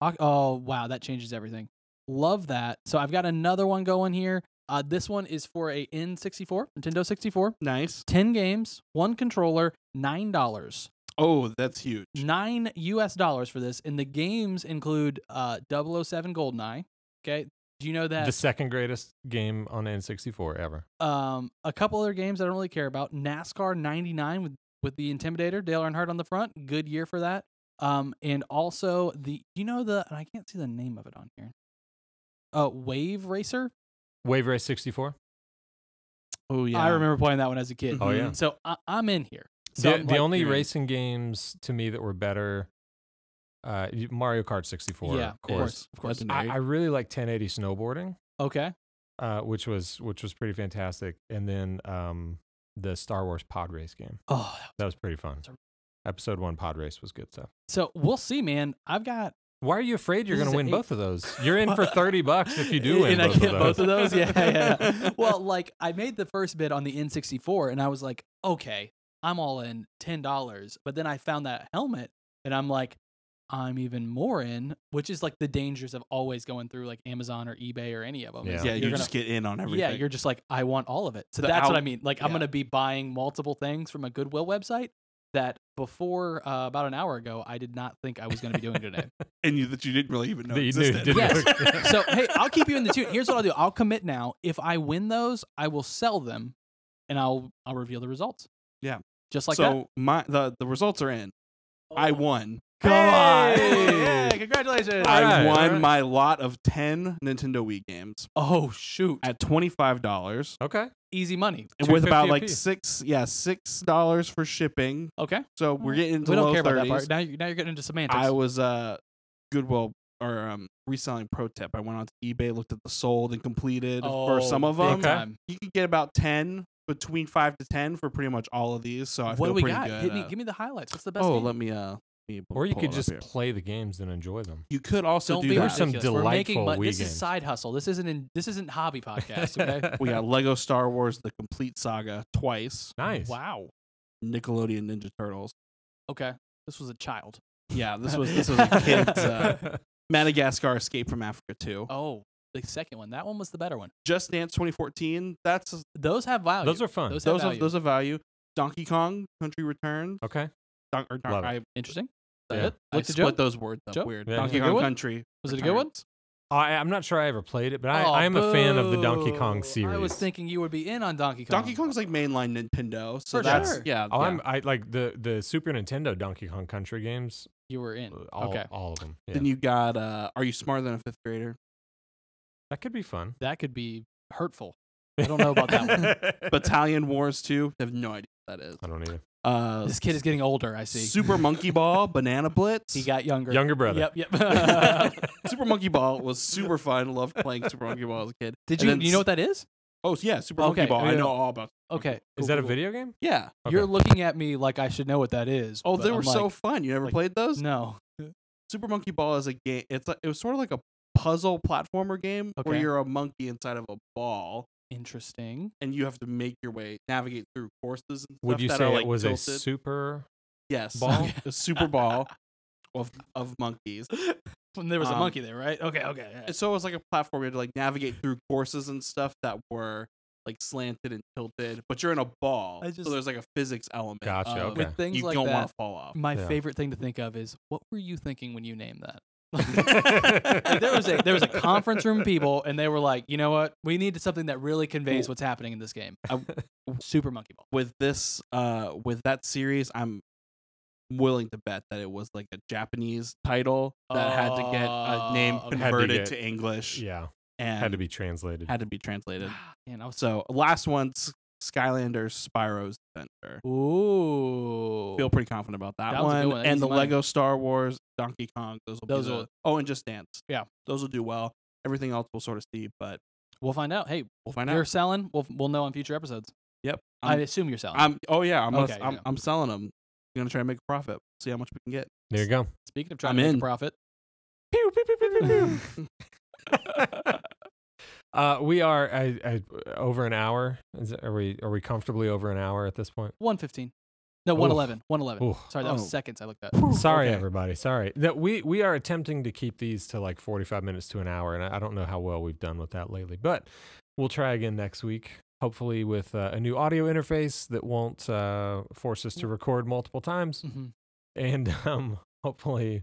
Oc- oh wow, that changes everything. Love that. So I've got another one going here. Uh, this one is for a N64, Nintendo 64.
Nice.
10 games, one controller, $9.
Oh, that's huge.
9 US dollars for this. And the games include uh 007 Goldeneye. Okay. Do you know that
the second greatest game on N64 ever.
um a couple other games I don't really care about. NASCAR 99 with with the Intimidator, Dale Earnhardt on the front. Good year for that. Um and also the you know the and I can't see the name of it on here. Uh Wave Racer.
Wave Race 64.
Oh yeah.
I remember playing that one as a kid.
Oh, yeah.
So I, I'm in here. So
the
I'm
the
like-
only
you're in.
racing games to me that were better, uh, you- Mario Kart 64.
Yeah,
of course.
Of course.
I, I really like 1080 snowboarding,
okay.
uh, which was which was pretty fantastic, and then um, the Star Wars pod race game
Oh,
that was pretty fun. Episode one pod race was good stuff.
so we'll see, man. I've got
Why are you afraid you're going
This is
to win
eight-
both of those? You're in for 30 bucks if you do win
Mm-hmm.
both
and I get
of those.
both of those. Yeah, yeah. well, like I made the first bid on the N64, and I was like, okay, I'm all in ten dollars. But then I found that helmet, and I'm like, I'm even more in, which is like the dangers of always going through like Amazon or eBay or any of them.
Yeah.
yeah,
you're
you
gonna-
just get in on everything.
yeah, you're just like, I want all of it. So
The
that's what I
out-
mean. Like, I'm
yeah.
going to be buying multiple things from a Goodwill website that before uh, about an hour ago, I did not think I was going to be doing today.
and you that you didn't really even know
That you knew
existed.
didn't
Yes. so hey, I'll keep you in the tune. Here's what I'll do. I'll commit now. If I win those, I will sell them, and I'll I'll reveal the results.
Yeah.
Just like that. Oh.
so my the the results are in. I won.
Come on.
Hey, hey, congratulations.
All
I
right, all
won
right.
my lot of ten Nintendo Wii games
Oh shoot.
at twenty five dollars,
Okay.
Easy money.
and with about
250
like
apiece.
six, yeah, six dollars for shipping.
Okay.
So we're getting into
we don't
low
care about that
30s.
part. Now you're now you're getting into semantics.
I was uh Goodwill or um reselling pro tip. I went on to eBay, looked at the sold and completed for some
Oh,
of
big
them.
Okay.
time.
You can get about ten between five to ten for pretty much all of these. So I
what
feel
do we
pretty
got?
good.
Hit me,
uh,
give me the highlights. What's the best?
oh,
game?
let me uh. let me
Or you
pull
could
it up
just
here.
play the games and enjoy them.
You could also
don't
do
be
that.
There's some
ridiculous. We're making
delightful
mon-
Wii
This is
games.
side hustle. This isn't in, this isn't hobby podcast. Okay.
we got Lego Star Wars: The Complete Saga twice.
nice.
Wow.
Nickelodeon Ninja Turtles.
Okay. This was a child.
Yeah, this was this was a kid's uh, Madagascar Escape from Africa too.
Oh, the second one. That one was the better one.
Just Dance 2014. That's
Those have value.
Those are fun.
Oh, Those have
those are
value.
those are value. Donkey Kong Country Returns.
okay.
Don- or Don-
Love it.
I,
Interesting.
Yeah.
Look
I
at
split
Joe.
those words up
Joe?
weird.
Yeah.
Donkey
Was it a
Kong
good one?
Country.
Was it a good one?
I, I'm not sure I ever played it, but I,
Oh,
I am a fan of the Donkey
boo.
Kong series.
I was thinking you would be in on Donkey Kong.
Donkey Kong's like mainline Nintendo, so
For
that's
sure.
yeah.
Oh,
yeah.
I'm I like the the Super Nintendo Donkey Kong Country games.
You were in.
uh, All,
okay.
all of them. Yeah.
Then you got uh, Are You Smarter Than a Fifth Grader?
that could be fun.
That could be hurtful. I don't know about that
one.
Battalion Wars 2. I have no idea what that is.
I don't either.
Uh,
This kid is getting older, I see.
Super Monkey Ball, Banana Blitz.
He got younger.
Younger brother.
Yep, yep.
Super Monkey Ball was super fun. Loved playing Super Monkey Ball as a kid.
Did
And
you
then
you know
s-
what that is?
Oh yeah, Super
Okay,
Monkey Ball. I
yeah.
know all about.
Okay.
Is
cool,
that a
cool, cool.
video game?
Yeah.
Okay.
You're looking at me like I should know what that is.
Oh,
but
they
I'm
were so
like,
fun. You never
like,
played those?
No.
Super Monkey Ball is a game. It's like, it was sort of like a puzzle platformer game where
Okay.
you're a monkey inside of a ball
Interesting.
and you have to make your way, navigate through courses. And
Would
stuff
you
that
say
are,
it
like
was
tilted.
a super
Yes.
Ball?
The Super Ball of of monkeys.
when there was a
Um,
monkey there, right? Okay, okay. all right.
And so it was like a platform you had to like navigate through courses and stuff that were like slanted and tilted, but you're in a ball.
I
so
just-
there's like a physics element.
Gotcha,
of
okay.
it.
With things
You
like
don't
that,
want to fall off.
my
Yeah.
favorite thing to think of is what were you thinking when you named that? Like, there was a there was a conference room of people, and they were like, you know what? We need something that really conveys what's happening in this game.
I-
Super Monkey Ball.
With this uh with that series, I'm willing to bet that it was like a Japanese title that had to get a name
Oh, okay.
Had to
converted
get-
to English
yeah,
and
had to be translated.
had to be translated.
Man, I was
So last one's Skylanders Spyro's Adventure.
Ooh.
Feel pretty confident about that,
That was a
one.
good one.
And
Easy
the
money.
Lego Star Wars, Donkey Kong, those will
Those
be the,
will-
Oh, and Just Dance.
Yeah.
Those will do well. Everything else we'll sort of see, but
we'll find out. Hey,
we'll find
you're
out.
selling. We'll we'll know on future episodes.
Yep.
i
I'm-
assume you're selling.
I'm oh yeah, I'm
Okay,
gonna, I'm,
yeah.
I'm selling them. I'm gonna try to make a profit. See how much we can get.
there you go.
Speaking of trying
I'm
to make a
in.
profit,
Pew, pew, pew, pew, pew, pew. uh, we are I, I, over an hour. Is it, are we? Are we comfortably over an hour at this point?
one fifteen. No,
Oof.
one eleven. One eleven.
Ooh.
Sorry, that
Oh.
was seconds. I looked at.
Sorry,
Okay.
everybody. Sorry that we we are attempting to keep these to like forty-five minutes to an hour, and I, I don't know how well we've done with that lately. But we'll try again next week, hopefully with uh, a new audio interface that won't uh, force us to record multiple times,
Mhm.
and um, hopefully.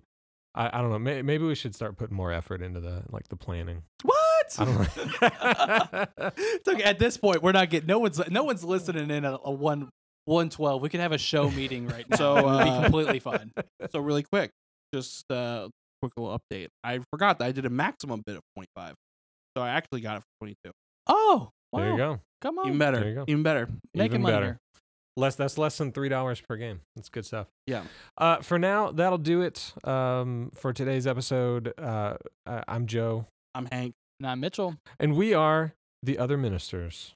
I, I don't know. May, maybe we should start putting more effort into the like the planning.
What?
I don't know.
It's okay. At this point, we're not getting no one's no one's listening in at a one one twelve. We could have a show meeting right now.
So,
it would be
uh,
completely fine.
So really quick, just uh quick little update. I forgot that I did a maximum bid of 25. So I actually got it for 22.
Oh, wow.
There you go.
Come on,
Even
There you
better.
go.
Even better.
making
Even
money.
better.
here.
Less that's less than three dollars per game. That's good stuff.
Yeah.
Uh, for now, that'll do it um, for today's episode. Uh, I- I'm Joe,
I'm Hank.
And I'm Mitchell.
and we are the Other Ministers.